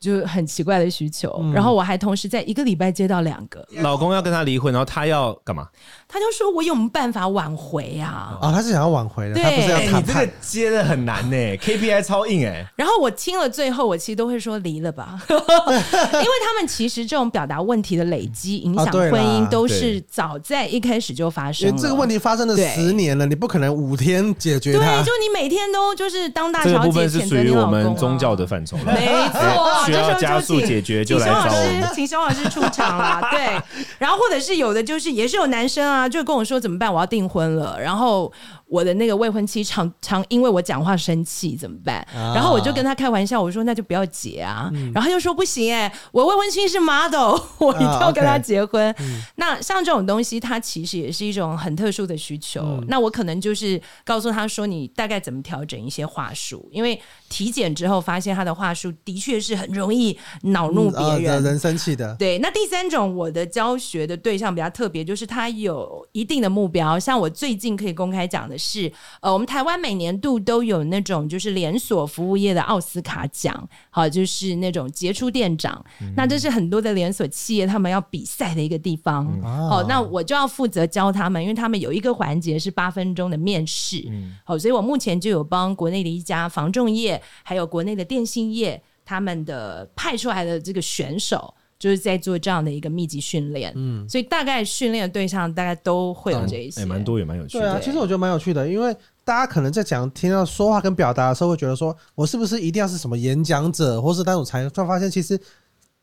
[SPEAKER 3] 就很奇怪的需求，
[SPEAKER 1] 嗯
[SPEAKER 3] 然后我还同时在一个礼拜接到两个，
[SPEAKER 2] [LAUGHS] 老公要跟他离婚，然后他要干嘛？
[SPEAKER 3] 他就说我有没有办法挽回啊？
[SPEAKER 1] 哦，他是想要挽回的，
[SPEAKER 3] 对
[SPEAKER 1] 他不是要
[SPEAKER 2] 哎
[SPEAKER 1] 谈
[SPEAKER 2] 你这个
[SPEAKER 1] 判。
[SPEAKER 2] 接的很难呢，KPI [LAUGHS] 超硬哎。
[SPEAKER 3] 然后我听了最后，我其实都会说离了
[SPEAKER 1] [LAUGHS]
[SPEAKER 3] 吧，因为他们其实这种表达问题的累积影响
[SPEAKER 1] 啊对啦
[SPEAKER 3] 婚姻，都
[SPEAKER 2] 对
[SPEAKER 3] 是早在一开始就发
[SPEAKER 1] 因
[SPEAKER 3] 生
[SPEAKER 1] 为
[SPEAKER 3] 了。
[SPEAKER 1] 这个问题啊发生了
[SPEAKER 3] 对
[SPEAKER 1] 十年了，你不可能五天解决
[SPEAKER 3] 对，
[SPEAKER 1] 它
[SPEAKER 3] 就。你每天都就是当大
[SPEAKER 2] 这个
[SPEAKER 3] 小
[SPEAKER 2] 部
[SPEAKER 3] 姐
[SPEAKER 2] 分是
[SPEAKER 3] 谴
[SPEAKER 2] 属
[SPEAKER 3] 责你
[SPEAKER 2] 于
[SPEAKER 3] 老
[SPEAKER 2] 我
[SPEAKER 3] 公啊
[SPEAKER 2] 们宗教的范畴了。
[SPEAKER 3] [LAUGHS] 没错，
[SPEAKER 2] 哎需要
[SPEAKER 3] 这时候
[SPEAKER 2] 加速
[SPEAKER 3] 请
[SPEAKER 2] 解决就来
[SPEAKER 3] 请
[SPEAKER 2] 找我
[SPEAKER 3] 熊老
[SPEAKER 2] 们
[SPEAKER 3] 师，请熊老师出
[SPEAKER 2] [LAUGHS]
[SPEAKER 3] 场啦。对，然后或者是有的就是也是有男生啊，就跟我说怎么办，我要订婚了，然后我的那个未婚妻常常因为我讲话生气，怎么办？
[SPEAKER 2] 啊
[SPEAKER 3] 然后我就跟他开玩笑，我说那就不要结啊。
[SPEAKER 2] 嗯
[SPEAKER 3] 然后他就说不行哎、我未婚妻是 model，我一定要跟他结婚。那像这种东西，它其实也是一种很特殊的需求。那我可能就是告诉他说，你大概怎么调整一些话术，因为体检之后发现他的话术的确是很容易恼怒别
[SPEAKER 1] 呃
[SPEAKER 3] 人。
[SPEAKER 1] 惹人生气的，
[SPEAKER 3] 对，那第三种我的教学的对象比较特别，就是他有一定的目标。像我最近可以公开讲的是，呃，我们台湾每年度都有那种就是连锁服务业的奥斯卡奖，好，就是那种杰出店长。那这是很多的连锁企业他们要比赛的一个地方。好，那我就要负责教他们，因为他们有一个环节是八分钟的面试。好，所以我目前就有帮国内的一家防重业，还有国内的电信业，他们的派出来的这个选手。就是在做这样的一个密集训练，嗯，所以大概训练的对象大概都会有这一些，
[SPEAKER 2] 哎，蛮多也蛮有趣
[SPEAKER 1] 对
[SPEAKER 2] 的。
[SPEAKER 1] 啊，其实我觉得蛮有趣的，因为大家可能在讲听到说话跟表达的时候，会觉得说我是不是一定要是什么演讲者，或是那种才，突然发现其实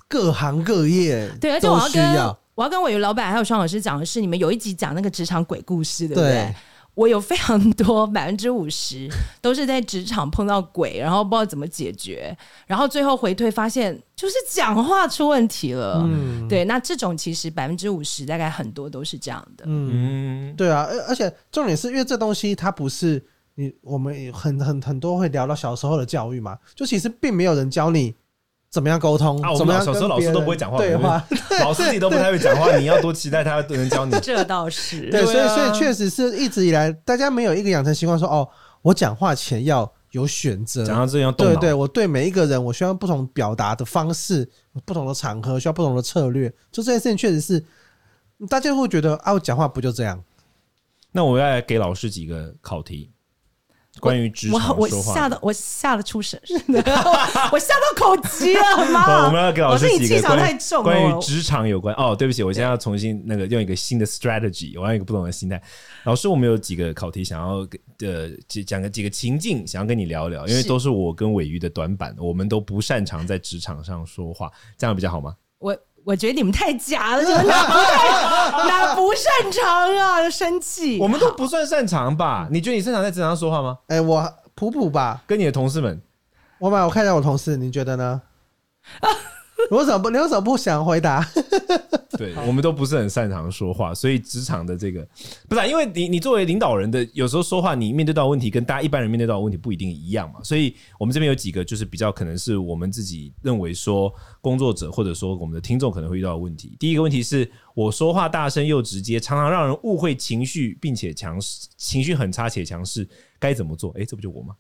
[SPEAKER 1] 各行各业
[SPEAKER 3] 对，而且
[SPEAKER 1] 都
[SPEAKER 3] 我要
[SPEAKER 1] 需
[SPEAKER 3] 跟
[SPEAKER 1] 要。
[SPEAKER 3] 我要跟我有老板还有双老师讲的是，你们有一集讲那个职场鬼故事，对不对？
[SPEAKER 1] 对
[SPEAKER 3] 我有非常多 [LAUGHS] 百分之五十都是在职场碰到鬼，然后不知道怎么解决，然后最后回退发现就是讲话出问题了。对，那这种其实百分之五十大概很多都是这样的。
[SPEAKER 2] 嗯，
[SPEAKER 1] 对啊，而而且重点是因为这东西它不是你我们也很很很多会聊到小时候的教育嘛，就其实并没有人教你怎么样沟通，
[SPEAKER 2] 啊我们
[SPEAKER 1] 怎么样
[SPEAKER 2] 小时候
[SPEAKER 1] 跟
[SPEAKER 2] 老师
[SPEAKER 1] 别
[SPEAKER 2] 都
[SPEAKER 1] 人
[SPEAKER 2] 不会讲话
[SPEAKER 1] 对
[SPEAKER 2] 我们
[SPEAKER 1] 话，
[SPEAKER 2] 老师自己都不太会讲话，你要多期待他能 [LAUGHS] 教你。
[SPEAKER 3] 这
[SPEAKER 1] [LAUGHS]
[SPEAKER 3] 倒是，
[SPEAKER 1] 对，所以
[SPEAKER 2] 啊
[SPEAKER 1] 所以确实是一直以来大家没有一个养成习惯说哦，我讲话前要有选择，
[SPEAKER 2] 讲到这样动
[SPEAKER 1] 对
[SPEAKER 2] 脑，
[SPEAKER 1] 对，我对每一个人，我需要不同表达的方式，不同的场合需要不同的策略。就这件事情，确实是大家会觉得啊，我讲话不就这样？
[SPEAKER 2] 那我要来给老师几个考题，关于职场
[SPEAKER 3] 我我
[SPEAKER 2] 说话。
[SPEAKER 3] 吓到我吓得出神， [LAUGHS] 我吓到口急了，
[SPEAKER 2] 好，
[SPEAKER 3] 妈！
[SPEAKER 2] 哦我们要给老
[SPEAKER 3] 老
[SPEAKER 2] 师
[SPEAKER 3] 师你
[SPEAKER 2] 几
[SPEAKER 3] 气
[SPEAKER 2] 个
[SPEAKER 3] 场
[SPEAKER 2] 关
[SPEAKER 3] 太
[SPEAKER 2] 于
[SPEAKER 3] 重了，
[SPEAKER 2] 关于职场有关哦，对不起，我现在要重新那个用一个新的 strategy，我要一个不同的心态。老师，我们有几个考题想要给呃几讲个几个情境，想要跟你聊聊，因为
[SPEAKER 3] 是
[SPEAKER 2] 都是我跟尾鱼的短板，我们都不擅长在职场上说话，这样比较好吗？
[SPEAKER 3] 我我觉得你们太假了，真的哪不擅哪不擅长啊？生气，
[SPEAKER 2] 我们都不算擅长吧？你觉得你擅长在职场上说话吗？
[SPEAKER 1] 哎、我普普吧，
[SPEAKER 2] 跟你的同事们，
[SPEAKER 1] 我买，我看一下我同事，你觉得
[SPEAKER 3] [LAUGHS]
[SPEAKER 1] 呢？你为什么不？你为什么不想回答？
[SPEAKER 2] 对我们都不是很擅长说话，所以职场的这个不是、啊、因为你你作为领导人的，有时候说话你面对到的问题跟大家一般人面对到的问题不一定一样嘛，所以我们这边有几个就是比较可能是我们自己认为说工作者或者说我们的听众可能会遇到的问题。第一个问题是我说话大声又直接，常常让人误会情绪，并且强势，情绪很差且强势，该怎么做？诶，这不就我吗？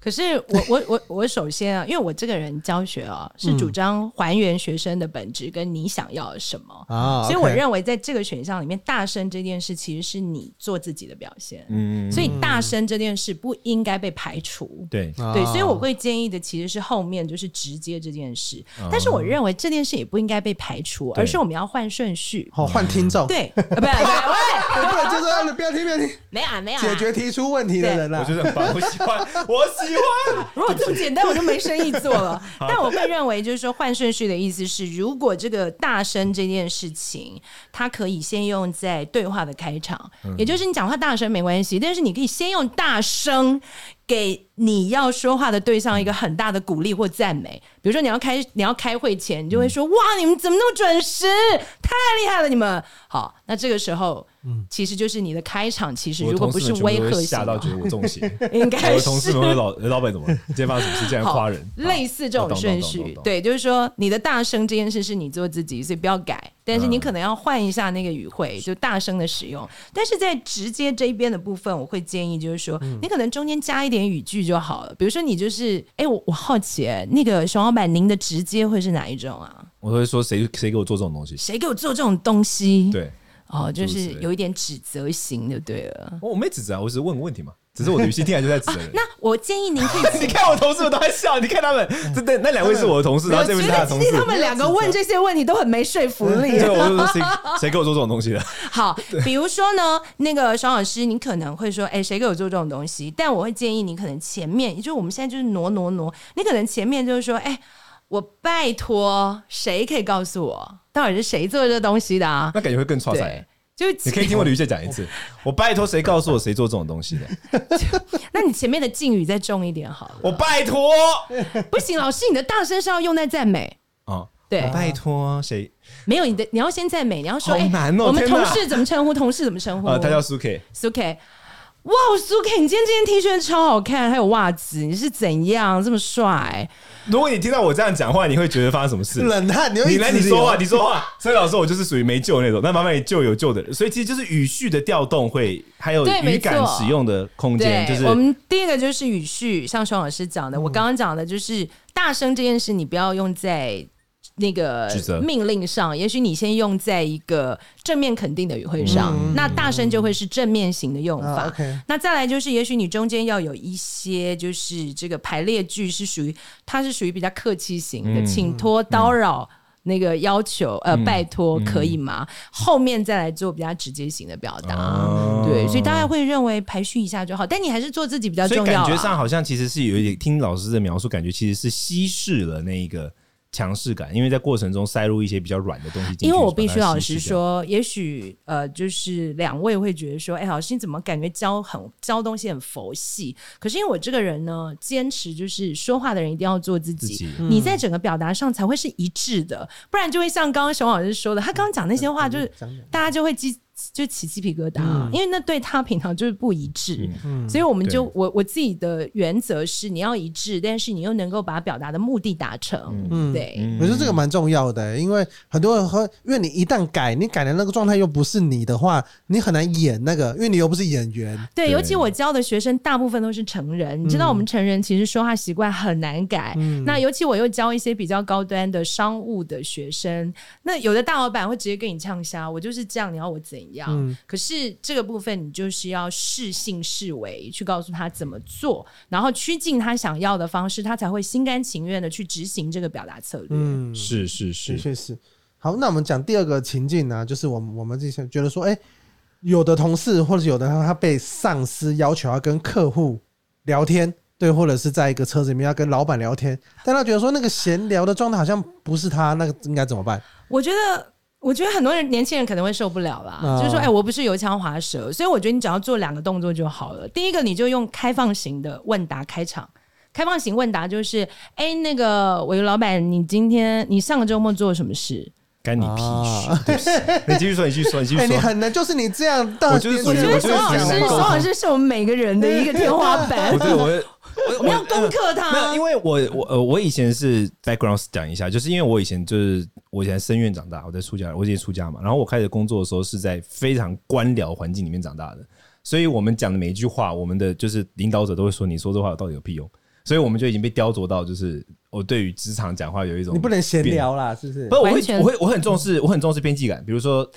[SPEAKER 3] 可是我我我我首先啊，因为我这个人教学啊，是
[SPEAKER 2] 嗯
[SPEAKER 3] 主张还原学生的本质跟你想要什么。
[SPEAKER 1] 啊
[SPEAKER 3] 所以我认为，在这个选项里面，大声这件事其实是你做自己的表现，
[SPEAKER 2] 嗯，
[SPEAKER 3] 所以大声这件事不应该被排除。
[SPEAKER 2] 对，
[SPEAKER 1] 啊哦
[SPEAKER 3] 对，所以我会建议的其实是后面就是直接这件事，
[SPEAKER 2] 啊
[SPEAKER 3] 但是我认为这件事也不应该被排除，
[SPEAKER 2] 对
[SPEAKER 3] 而是我们要换顺序。
[SPEAKER 1] 好换听众，
[SPEAKER 3] 对，呃不不不，喂，
[SPEAKER 1] 不能就是让你不要听，不要听，
[SPEAKER 3] 没啊没啊，
[SPEAKER 1] 解决提出问题的人啦、啊
[SPEAKER 2] 我觉得很 [LAUGHS] 棒，我喜欢，我喜
[SPEAKER 3] [LAUGHS]
[SPEAKER 2] 欢。
[SPEAKER 3] 如果这么简单，我就没生意
[SPEAKER 2] [LAUGHS]
[SPEAKER 3] 做了。但我会认为，就是说换顺序的意思是，如果这个大声这件事情，它可以先用在对话的开场，
[SPEAKER 2] 嗯
[SPEAKER 3] 也就是你讲话大声没关系，但是你可以先用大声。给你要说话的对象一个很大的鼓励或赞美，比如说你要开你要开会前，你就会说：“
[SPEAKER 2] 嗯
[SPEAKER 3] 哇，你们怎么那么准时？太厉害了，你们！”好，那这个时候，其实就是你的开场，其实
[SPEAKER 2] 嗯我
[SPEAKER 3] 如果
[SPEAKER 2] 同
[SPEAKER 3] 不
[SPEAKER 2] 事
[SPEAKER 3] 是
[SPEAKER 2] 们全部
[SPEAKER 3] 威
[SPEAKER 2] 都会吓
[SPEAKER 3] 吓性
[SPEAKER 2] 到
[SPEAKER 3] 的
[SPEAKER 2] 觉
[SPEAKER 3] 话，
[SPEAKER 2] 得我中邪。
[SPEAKER 3] [LAUGHS] 应该
[SPEAKER 2] 我的
[SPEAKER 3] 是
[SPEAKER 2] 同事们会老 [LAUGHS] 呃老板怎么了？今天发生什么事？竟然夸人，好
[SPEAKER 3] 类似这种顺序，，
[SPEAKER 2] 哦我懂懂懂懂懂
[SPEAKER 3] 对，就是说你的大声这件事是你做自己，所以不要改，但是
[SPEAKER 2] 嗯
[SPEAKER 3] 你可能要换一下那个语汇，就大声的使用。但是在直接这一边的部分，我会建议就是说，
[SPEAKER 2] 嗯
[SPEAKER 3] 你可能中间加一点语句就好了。比如说你就是，哎、我我好奇、哎，那个熊老板，您的直接会是哪一种啊？
[SPEAKER 2] 我会说谁谁给我做这种东西？
[SPEAKER 3] 谁给我做这种东西？，
[SPEAKER 2] 对，
[SPEAKER 3] 哦，就
[SPEAKER 2] 诸如此
[SPEAKER 3] 是
[SPEAKER 2] 类
[SPEAKER 3] 有一点指责型就对了。
[SPEAKER 2] 我我没指责啊，我只是问个问题嘛，只是我的语气听起来就在指责
[SPEAKER 3] [LAUGHS]
[SPEAKER 2] 人。
[SPEAKER 3] 那我建议您
[SPEAKER 2] [LAUGHS]
[SPEAKER 3] 可以
[SPEAKER 2] 你看我同事们都在笑，你看他们，真的那两位是我的同事，然
[SPEAKER 3] 嗯我
[SPEAKER 2] 后这
[SPEAKER 3] 觉得
[SPEAKER 2] 位是
[SPEAKER 3] 今
[SPEAKER 2] 他的同事
[SPEAKER 3] 天。他们两个问这些问题都很没说服力。
[SPEAKER 2] 对，我就说谁谁给我做这种东西的？
[SPEAKER 3] 好，
[SPEAKER 2] [LAUGHS]
[SPEAKER 3] 比如说呢，那个邵老师，你可能会说，哎、谁给我做这种东西？但我会建议你，可能前面，也就是我们现在就是挪挪挪，你可能前面就是说，哎、我拜托，谁可以告诉我到底是谁做这东西的啊？
[SPEAKER 2] 那感觉会更挫
[SPEAKER 3] 对
[SPEAKER 2] 塞。，
[SPEAKER 3] 就
[SPEAKER 2] 你可以听我的语气讲一次。我拜托，谁告诉我谁做这种东
[SPEAKER 3] [LAUGHS]
[SPEAKER 2] 西的？
[SPEAKER 3] 那你前面的敬语再重一点好了。
[SPEAKER 2] 我拜托
[SPEAKER 3] 不行，老师，你的大声是要用在赞美。
[SPEAKER 2] 啊，
[SPEAKER 3] 对，
[SPEAKER 2] 我拜托谁？
[SPEAKER 3] 没有你的，你要先赞美，你要说，
[SPEAKER 2] 好
[SPEAKER 3] 哎、
[SPEAKER 2] 难哦
[SPEAKER 3] 我们
[SPEAKER 2] 天哪
[SPEAKER 3] 同事怎么称呼？同事怎么称呼？
[SPEAKER 2] 呃，他叫苏 K，
[SPEAKER 3] 苏 K。哇，苏 K，你今天这件 T 恤超好看，还有袜子，你是怎样这么帅？
[SPEAKER 2] 如果你听到我这样讲话，你会觉得发生什么事？
[SPEAKER 1] 冷汗，你会啊
[SPEAKER 2] 你来，你说话，
[SPEAKER 1] 一直
[SPEAKER 2] 你说话。所以老师，我就是属于没救那种，那麻烦你救有救的人。所以其实就是语序的调动会，还有
[SPEAKER 3] 对没
[SPEAKER 2] 语感
[SPEAKER 3] 错
[SPEAKER 2] 使用的空间，就是嗯
[SPEAKER 3] 我们第一个就是语序，像熊老师讲的，我刚刚讲的就是大声这件事，你不要用在。那个
[SPEAKER 2] 指责
[SPEAKER 3] 命令上，也许你先用在一个正面肯定的语汇上，
[SPEAKER 2] 嗯
[SPEAKER 3] 那大声就会是正面型的用
[SPEAKER 1] 有啊
[SPEAKER 3] 法。
[SPEAKER 1] OK，
[SPEAKER 3] 那再来就是，也许你中间要有一些，就是这个排列句是属于，它是属于比较客气型的，
[SPEAKER 2] 嗯
[SPEAKER 3] 请托、叨扰、那个要求，呃，
[SPEAKER 2] 嗯
[SPEAKER 3] 拜托，
[SPEAKER 2] 嗯
[SPEAKER 3] 可以吗？后面再来做比较直接型的表达。
[SPEAKER 2] 哦
[SPEAKER 3] 对，所以大家会认为排序一下就好，但你还是做自己比较
[SPEAKER 2] 所以
[SPEAKER 3] 重要、
[SPEAKER 2] 感
[SPEAKER 3] 啊。
[SPEAKER 2] 觉上好像其实是有一点，听老师的描述，感觉其实是稀释了那一个强势感，因为在过程中塞入一些比较软的东西进去。
[SPEAKER 3] 因为我必须
[SPEAKER 2] 把它
[SPEAKER 3] 老
[SPEAKER 2] 稀
[SPEAKER 3] 实
[SPEAKER 2] 释掉，
[SPEAKER 3] 说，也许呃，就是两位会觉得说，哎、老师你怎么感觉教很教东西很佛系？可是因为我这个人呢，坚持就是说话的人一定要做自
[SPEAKER 2] 自
[SPEAKER 3] 己，
[SPEAKER 2] 己
[SPEAKER 3] 你在整个表达上才会是一致的，不然就会像刚刚熊老师说的，他刚刚讲那些话，就是
[SPEAKER 1] 讲讲
[SPEAKER 3] 大家就会鸡就起鸡皮疙瘩，啊因为那对他平常就是不一
[SPEAKER 2] 嗯
[SPEAKER 3] 致。所以我们就
[SPEAKER 2] 对
[SPEAKER 3] 我我自己的原则是，你要一致，但是你又能够把表达的目的达成。
[SPEAKER 1] 嗯
[SPEAKER 3] 对，
[SPEAKER 1] 我觉得这个蛮重要的、因为很多人会，因为你一旦改，你改的那个状态又不是你的话，你很难演那个，因为你又不是演员。
[SPEAKER 3] 对，
[SPEAKER 2] 对
[SPEAKER 3] 尤其我教的学生大部分都是成人，你知道我们成人其实说话习惯很难改。哎
[SPEAKER 1] 嗯
[SPEAKER 3] 那尤其我又教一些比较高端的商务的学生，那有的大老板会直接跟你呛虾，我就是这样，你要我怎样？
[SPEAKER 1] 嗯
[SPEAKER 3] 可是这个部分你就是要视信视为，去告诉他怎么做，然后趋近他想要的方式，他才会心甘情愿的去执行这个表达策略。
[SPEAKER 1] 嗯，
[SPEAKER 2] 是是
[SPEAKER 1] 的
[SPEAKER 2] 是，
[SPEAKER 1] 确是。好，那我们讲第二个情境呢、啊就是我们我们之前觉得说，哎、有的同事或者有的他他被上司要求要跟客户聊天，对，或者是在一个车子里面要跟老板聊天，但他觉得说那个闲聊的状态好像不是他，那个应该怎么办？
[SPEAKER 3] 我觉得。我觉得很多人年轻人可能会受不了啦，
[SPEAKER 1] 啊
[SPEAKER 3] 就是说，哎、我不是油腔滑舌，所以我觉得你只要做两个动作就好了。第一个，你就用开放型的问答开场，开放型问答就是，哎、那个我有老板，你今天你上个周末做了什么事？
[SPEAKER 2] 干你屁
[SPEAKER 3] 啊
[SPEAKER 2] 事对不
[SPEAKER 3] [LAUGHS]
[SPEAKER 2] 起！你继续说，你继续说，你继
[SPEAKER 1] 哎、
[SPEAKER 2] 续
[SPEAKER 1] 你
[SPEAKER 2] 说。
[SPEAKER 1] 很难，就是你这样到
[SPEAKER 2] 我就是
[SPEAKER 1] 别人
[SPEAKER 2] 属于
[SPEAKER 1] 不
[SPEAKER 2] 我
[SPEAKER 3] 熊
[SPEAKER 1] 想
[SPEAKER 2] 就是属于
[SPEAKER 3] 老
[SPEAKER 1] 法
[SPEAKER 2] 那
[SPEAKER 3] 师，
[SPEAKER 2] 种
[SPEAKER 3] 熊老师是我们每个人的一个天花板
[SPEAKER 2] 我，对我会
[SPEAKER 3] [LAUGHS] 我们要攻克
[SPEAKER 2] [LAUGHS] 没有，
[SPEAKER 3] 它。
[SPEAKER 2] 因为我我呃，我以前是 background 讲一下，就是因为我以前就是我以前深院长大，我在出家，我以前出家嘛，然后我开始工作的时候是在非常官僚环境里面长大的，所以我们讲的每一句话，我们的就是领导者都会说，你说这话到底有屁用？所以我们就已经被雕琢到，就是我对于职场讲话有一种
[SPEAKER 1] 你不能闲
[SPEAKER 2] 变
[SPEAKER 1] 聊啦，是不是
[SPEAKER 2] 不，？我
[SPEAKER 3] 完
[SPEAKER 2] 会
[SPEAKER 3] 全啊
[SPEAKER 2] 我会我很重视，我很重视边际感，比如说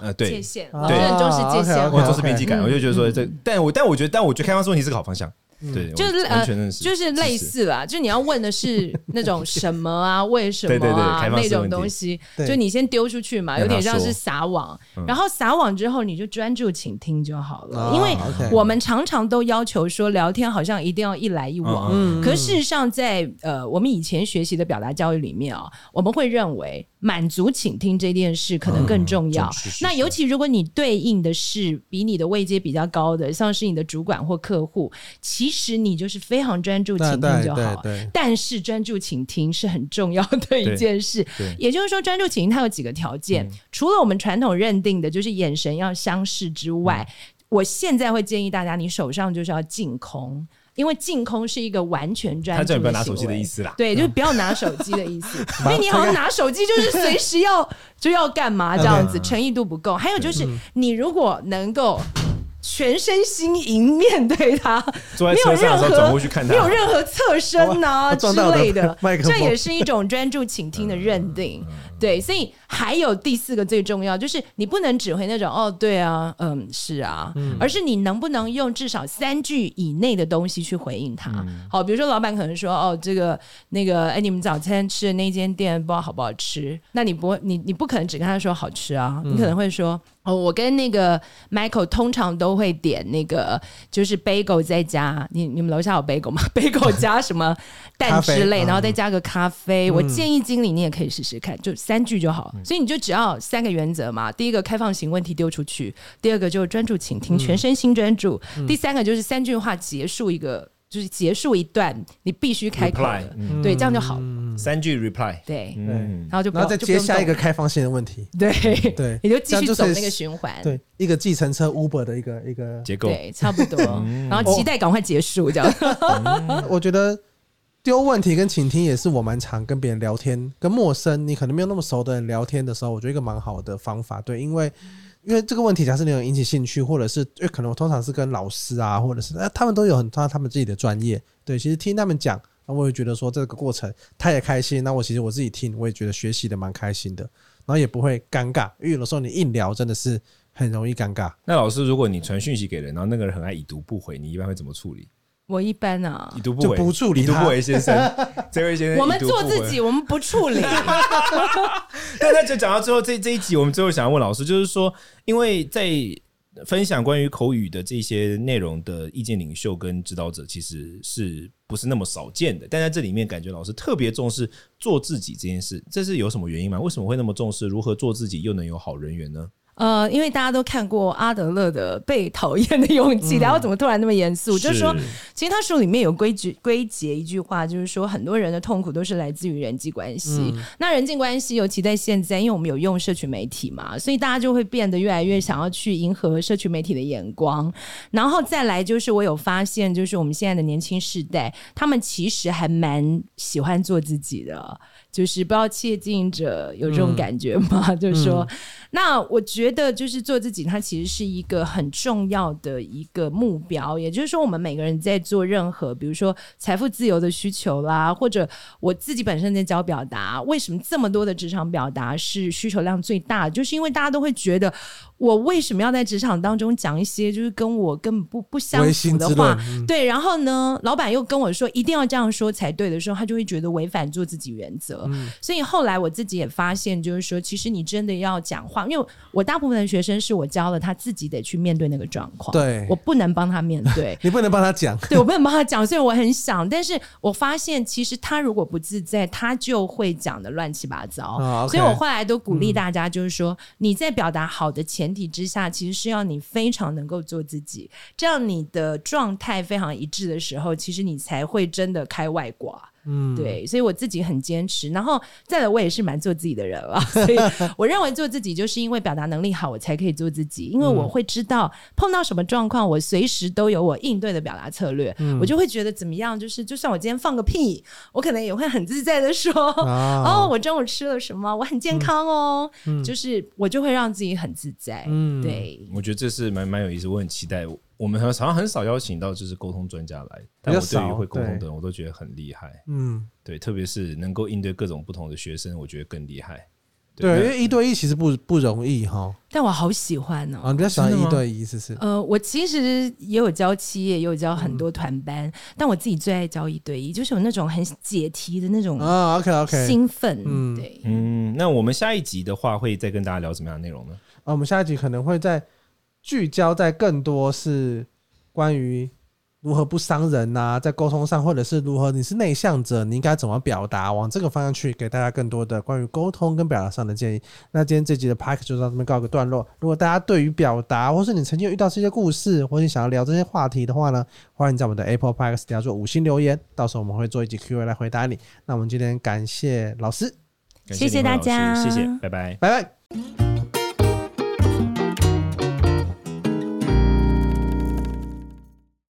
[SPEAKER 2] 呃，
[SPEAKER 3] 界
[SPEAKER 2] 对。
[SPEAKER 3] 限，
[SPEAKER 1] 对
[SPEAKER 3] 老师很重视界限。
[SPEAKER 1] 啊，OK，OK
[SPEAKER 2] 我很重视边际感，我就觉得说这，但我但我觉得，但我觉得开放式问题是个好方向，对，
[SPEAKER 3] 嗯就
[SPEAKER 2] 我
[SPEAKER 3] 是
[SPEAKER 2] 完
[SPEAKER 3] 呃
[SPEAKER 2] 全认，识，
[SPEAKER 3] 就是类
[SPEAKER 2] 支持
[SPEAKER 3] 似啦，就你要问的是那种什么啊，为什
[SPEAKER 2] 对
[SPEAKER 3] 么
[SPEAKER 2] 对对
[SPEAKER 3] 啊
[SPEAKER 2] 开放式
[SPEAKER 3] 那种
[SPEAKER 2] 问题
[SPEAKER 3] 东西，
[SPEAKER 1] 对
[SPEAKER 3] 就你先丢出去嘛，有
[SPEAKER 2] 让他
[SPEAKER 3] 点像
[SPEAKER 2] 说嗯
[SPEAKER 3] 是撒网，然后撒网之后你就专注倾听就好了，
[SPEAKER 1] 啊
[SPEAKER 3] 因为
[SPEAKER 1] OK
[SPEAKER 3] 我们常常都要求说聊天好像一定要一来一往，
[SPEAKER 1] 嗯
[SPEAKER 3] 可是事实上在呃我们以前学习的表达教育里面啊、我们会认为满足倾听这件事可能更重要。
[SPEAKER 2] 嗯是是是
[SPEAKER 3] 那尤其如果你对应的是比你的位阶比较高的，像是你的主管或客户，其实你就是非常专注倾
[SPEAKER 1] 对
[SPEAKER 3] 听
[SPEAKER 1] 对
[SPEAKER 3] 就
[SPEAKER 1] 对
[SPEAKER 3] 好。
[SPEAKER 1] 对，
[SPEAKER 3] 但是专注倾听是很重要的一件事
[SPEAKER 2] 对对，嗯
[SPEAKER 3] 也就是说，专注倾听它有几个条件，除了我们传统认定的就是眼神要相视之外，
[SPEAKER 2] 嗯
[SPEAKER 3] 我现在会建议大家，你手上就是要净空，因为净空是一个完全专
[SPEAKER 2] 他
[SPEAKER 3] 注
[SPEAKER 2] 叫你不要拿
[SPEAKER 3] 行
[SPEAKER 2] 手机的
[SPEAKER 3] 为
[SPEAKER 2] 意思嗯啦，
[SPEAKER 3] 对，就是不要拿手机的
[SPEAKER 2] [LAUGHS]
[SPEAKER 3] 意思，因
[SPEAKER 1] 把
[SPEAKER 3] 为你好像拿手机就是随时要 [LAUGHS] 就要干嘛这样子，
[SPEAKER 2] 嗯
[SPEAKER 3] 诚意度不够。还有就是，你如果能够全身心迎面对他，
[SPEAKER 2] 坐在
[SPEAKER 3] 没有
[SPEAKER 2] 车上的时候
[SPEAKER 3] 任何
[SPEAKER 2] 转过去看他，
[SPEAKER 3] 没有任何侧身呐、
[SPEAKER 1] [LAUGHS] 我
[SPEAKER 3] 之
[SPEAKER 1] 撞到
[SPEAKER 3] 类
[SPEAKER 1] 我的麦克风
[SPEAKER 3] 这也是一种专注倾听的认定。对，所以还有第四个最重要，就是你不能只会那种哦，对啊，嗯，是啊，而是你能不能用至少三句以内的东西去回应他。
[SPEAKER 1] 嗯
[SPEAKER 3] 好，比如说老板可能说哦，这个那个，哎，你们早餐吃的那间店不知道好不好吃？那你不
[SPEAKER 1] 嗯
[SPEAKER 3] 会，你你不可能只跟他说好吃啊，你可能会说哦，我跟那个 Michael 通常都都会点那个就是 bagel 再加你你们楼下有 bagel 吗 [LAUGHS] ？bagel 加什么
[SPEAKER 1] 咖
[SPEAKER 3] 蛋
[SPEAKER 1] 啡
[SPEAKER 3] 之类，
[SPEAKER 1] 嗯
[SPEAKER 3] 然后再加个咖啡。我建议经理你也可以试试看，就三句就
[SPEAKER 1] 嗯
[SPEAKER 3] 好。所以你就只要三个原则嘛：第一个开放型问题丢出去，第二个就是专注倾听，全身心专注；
[SPEAKER 1] 嗯
[SPEAKER 3] 第三个就是三句话结束一个，就是结束一段你必须开口
[SPEAKER 2] reply，
[SPEAKER 3] 的，
[SPEAKER 2] 嗯，
[SPEAKER 3] 对，这样就好了。
[SPEAKER 2] 三句 reply，
[SPEAKER 3] 对，
[SPEAKER 2] 嗯
[SPEAKER 3] 然，后就不
[SPEAKER 1] 然
[SPEAKER 3] 要
[SPEAKER 1] 后再
[SPEAKER 3] 就不用
[SPEAKER 1] 接下一个
[SPEAKER 3] 动
[SPEAKER 1] 开放性的问题，
[SPEAKER 3] 对
[SPEAKER 1] [LAUGHS] 对
[SPEAKER 3] 你就继续
[SPEAKER 1] 这样就是
[SPEAKER 3] 走那个循环，
[SPEAKER 1] 对，一个计程车 Uber 的一个一个，
[SPEAKER 2] 结构，
[SPEAKER 3] 对，差不多。
[SPEAKER 1] 嗯
[SPEAKER 3] 然后期待赶快结束，这样 [LAUGHS]
[SPEAKER 1] 我觉得丢问题跟倾听也是我蛮常跟别人聊天，跟陌生你可能没有那么熟的人聊天的时候，我觉得一个蛮好的方法，对，因为。因为这个问题，假设你有引起兴趣，或者是因为可能我通常是跟老师啊，或者是呃，他们都有很他他们自己的专业，对，其实听他们讲，那我也觉得说这个过程他也开心，那我其实我自己听，我也觉得学习的蛮开心的，然后也不会尴尬，因为有的时候你硬聊真的是很容易尴尬，
[SPEAKER 2] 那老师，如果你传讯息给人，然后那个人很爱已读不回，你一般会怎么处理？
[SPEAKER 3] 我一般啊
[SPEAKER 2] 已，读不
[SPEAKER 1] 就
[SPEAKER 2] 回，
[SPEAKER 1] 不处理
[SPEAKER 2] 已读
[SPEAKER 1] 他
[SPEAKER 2] 不回先生，这位先生，
[SPEAKER 3] 我们
[SPEAKER 2] 已读不
[SPEAKER 3] 做
[SPEAKER 2] 回
[SPEAKER 3] 自己，。我们不处理。
[SPEAKER 2] [LAUGHS] 但那就讲到最后这这一集，我们最后想要问老师，就是说，因为在分享关于口语的这些内容的意见领袖跟指导者，其实是不是那么少见的？但在这里面，感觉老师特别重视做自己这件事，这是有什么原因吗？为什么会那么重视如何做自己又能有好人缘呢？
[SPEAKER 3] 呃，因为大家都看过阿德勒的《被讨厌的勇气》，然后怎么突然那么严肃？就是说，其实他书里面有归结归结一句话，就是说很多人的痛苦都是来自于人际关系。那人际关系，尤其在现在，因为我们有用社群媒体嘛，所以大家就会变得越来越想要去迎合社群媒体的眼光。然后再来就是，我有发现，就是我们现在的年轻世代，他们其实还蛮喜欢做自己的，就是不知道窃听者有这种感觉吗？ [LAUGHS] 就是说，那我觉得就是做自己，它其实是一个很重要的一个目标。也就是说，我们每个人在做任何，比如说财富自由的需求啦，或者我自己本身在教表达，为什么这么多的职场表达是需求量最大的？就是因为大家都会觉得，我为什么要在职场当中讲一些就是跟我根本不不相
[SPEAKER 1] 唯
[SPEAKER 3] 符
[SPEAKER 1] 心
[SPEAKER 3] 的
[SPEAKER 1] 之
[SPEAKER 3] 话
[SPEAKER 1] 论？，嗯
[SPEAKER 3] 对，然后呢，老板又跟我说一定要这样说才对的时候，他就会觉得违反做自己原则。
[SPEAKER 1] 嗯
[SPEAKER 3] 所以后来我自己也发现，就是说，其实你真的要讲话，因为我大部分的学生是我教了，他自己得去面对那个状况，
[SPEAKER 1] 对。
[SPEAKER 3] 我不能帮他面对
[SPEAKER 1] [LAUGHS] 你不能帮他讲，
[SPEAKER 3] 对，我不能帮他讲，所以我很想，但是我发现其实他如果不自在，他就会讲的乱七八糟。
[SPEAKER 1] 啊，OK
[SPEAKER 3] 所以我后来都鼓励大家，就是说、你在表达好的前提之下，其实是要你非常能够做自己，这样你的状态非常一致的时候，其实你才会真的开外挂。
[SPEAKER 1] 嗯，
[SPEAKER 3] 对，所以我自己很坚持，然后再来我也是蛮做自己的人了，所
[SPEAKER 1] [LAUGHS]
[SPEAKER 3] 以我认为做自己就是因为表达能力好，我才可以做自己，因为
[SPEAKER 1] 嗯
[SPEAKER 3] 我会知道碰到什么状况，我随时都有我应对的表达策略，
[SPEAKER 1] 嗯
[SPEAKER 3] 我就会觉得怎么样，就是就算我今天放个屁，我可能也会很自在的
[SPEAKER 1] [LAUGHS]
[SPEAKER 3] 说，哦，
[SPEAKER 1] 啊，
[SPEAKER 3] 我中午吃了什么？我很
[SPEAKER 1] 嗯
[SPEAKER 3] 健康哦，就是我就会让自己很自在。
[SPEAKER 1] 嗯
[SPEAKER 3] 对，
[SPEAKER 2] 我觉得这是蛮蛮有意思，我很期待。我们很好像很少邀请到就是沟通专家来，但我对于会沟通的人，我都觉得很厉害。
[SPEAKER 1] 嗯，
[SPEAKER 2] 对，特别是能够应对各种不同的学生，我觉得更厉害。
[SPEAKER 1] 对，因
[SPEAKER 2] 那
[SPEAKER 1] 为一对一其实不不容易哈，
[SPEAKER 3] 但我好喜欢哦。
[SPEAKER 1] 啊，你比较喜欢
[SPEAKER 2] 真的吗
[SPEAKER 1] 一对一，是不是？
[SPEAKER 3] 呃，我其实也有教七夜，也有教很多
[SPEAKER 1] 嗯
[SPEAKER 3] 团班，但我自己最爱教一对一，就是有那种很解题的那种
[SPEAKER 1] 啊，OK OK，
[SPEAKER 3] 兴奋。
[SPEAKER 1] 嗯
[SPEAKER 3] 对，
[SPEAKER 2] 嗯，那我们下一集的话会再跟大家聊什么样的内容呢？
[SPEAKER 1] 啊，我们下一集可能会在聚焦在更多是关于如何不伤人呐、在沟通上，或者是如何你是内向者，你应该怎么表达，往这个方向去，给大家更多的关于沟通跟表达上的建议。那今天这集的 p a c k 就到这边告一个段落。如果大家对于表达，或是你曾经有遇到这些故事，或是你想要聊这些话题的话呢，欢迎在我们的 Apple p a c k 底下做五星留言，到时候我们会做一集 Q&A 来回答你。那我们今天感谢老师，
[SPEAKER 2] 感
[SPEAKER 3] 谢谢
[SPEAKER 2] 林慧
[SPEAKER 3] 大
[SPEAKER 2] 老师
[SPEAKER 3] 家
[SPEAKER 2] 谢谢，拜拜。
[SPEAKER 1] 拜
[SPEAKER 4] 「
[SPEAKER 1] 拜。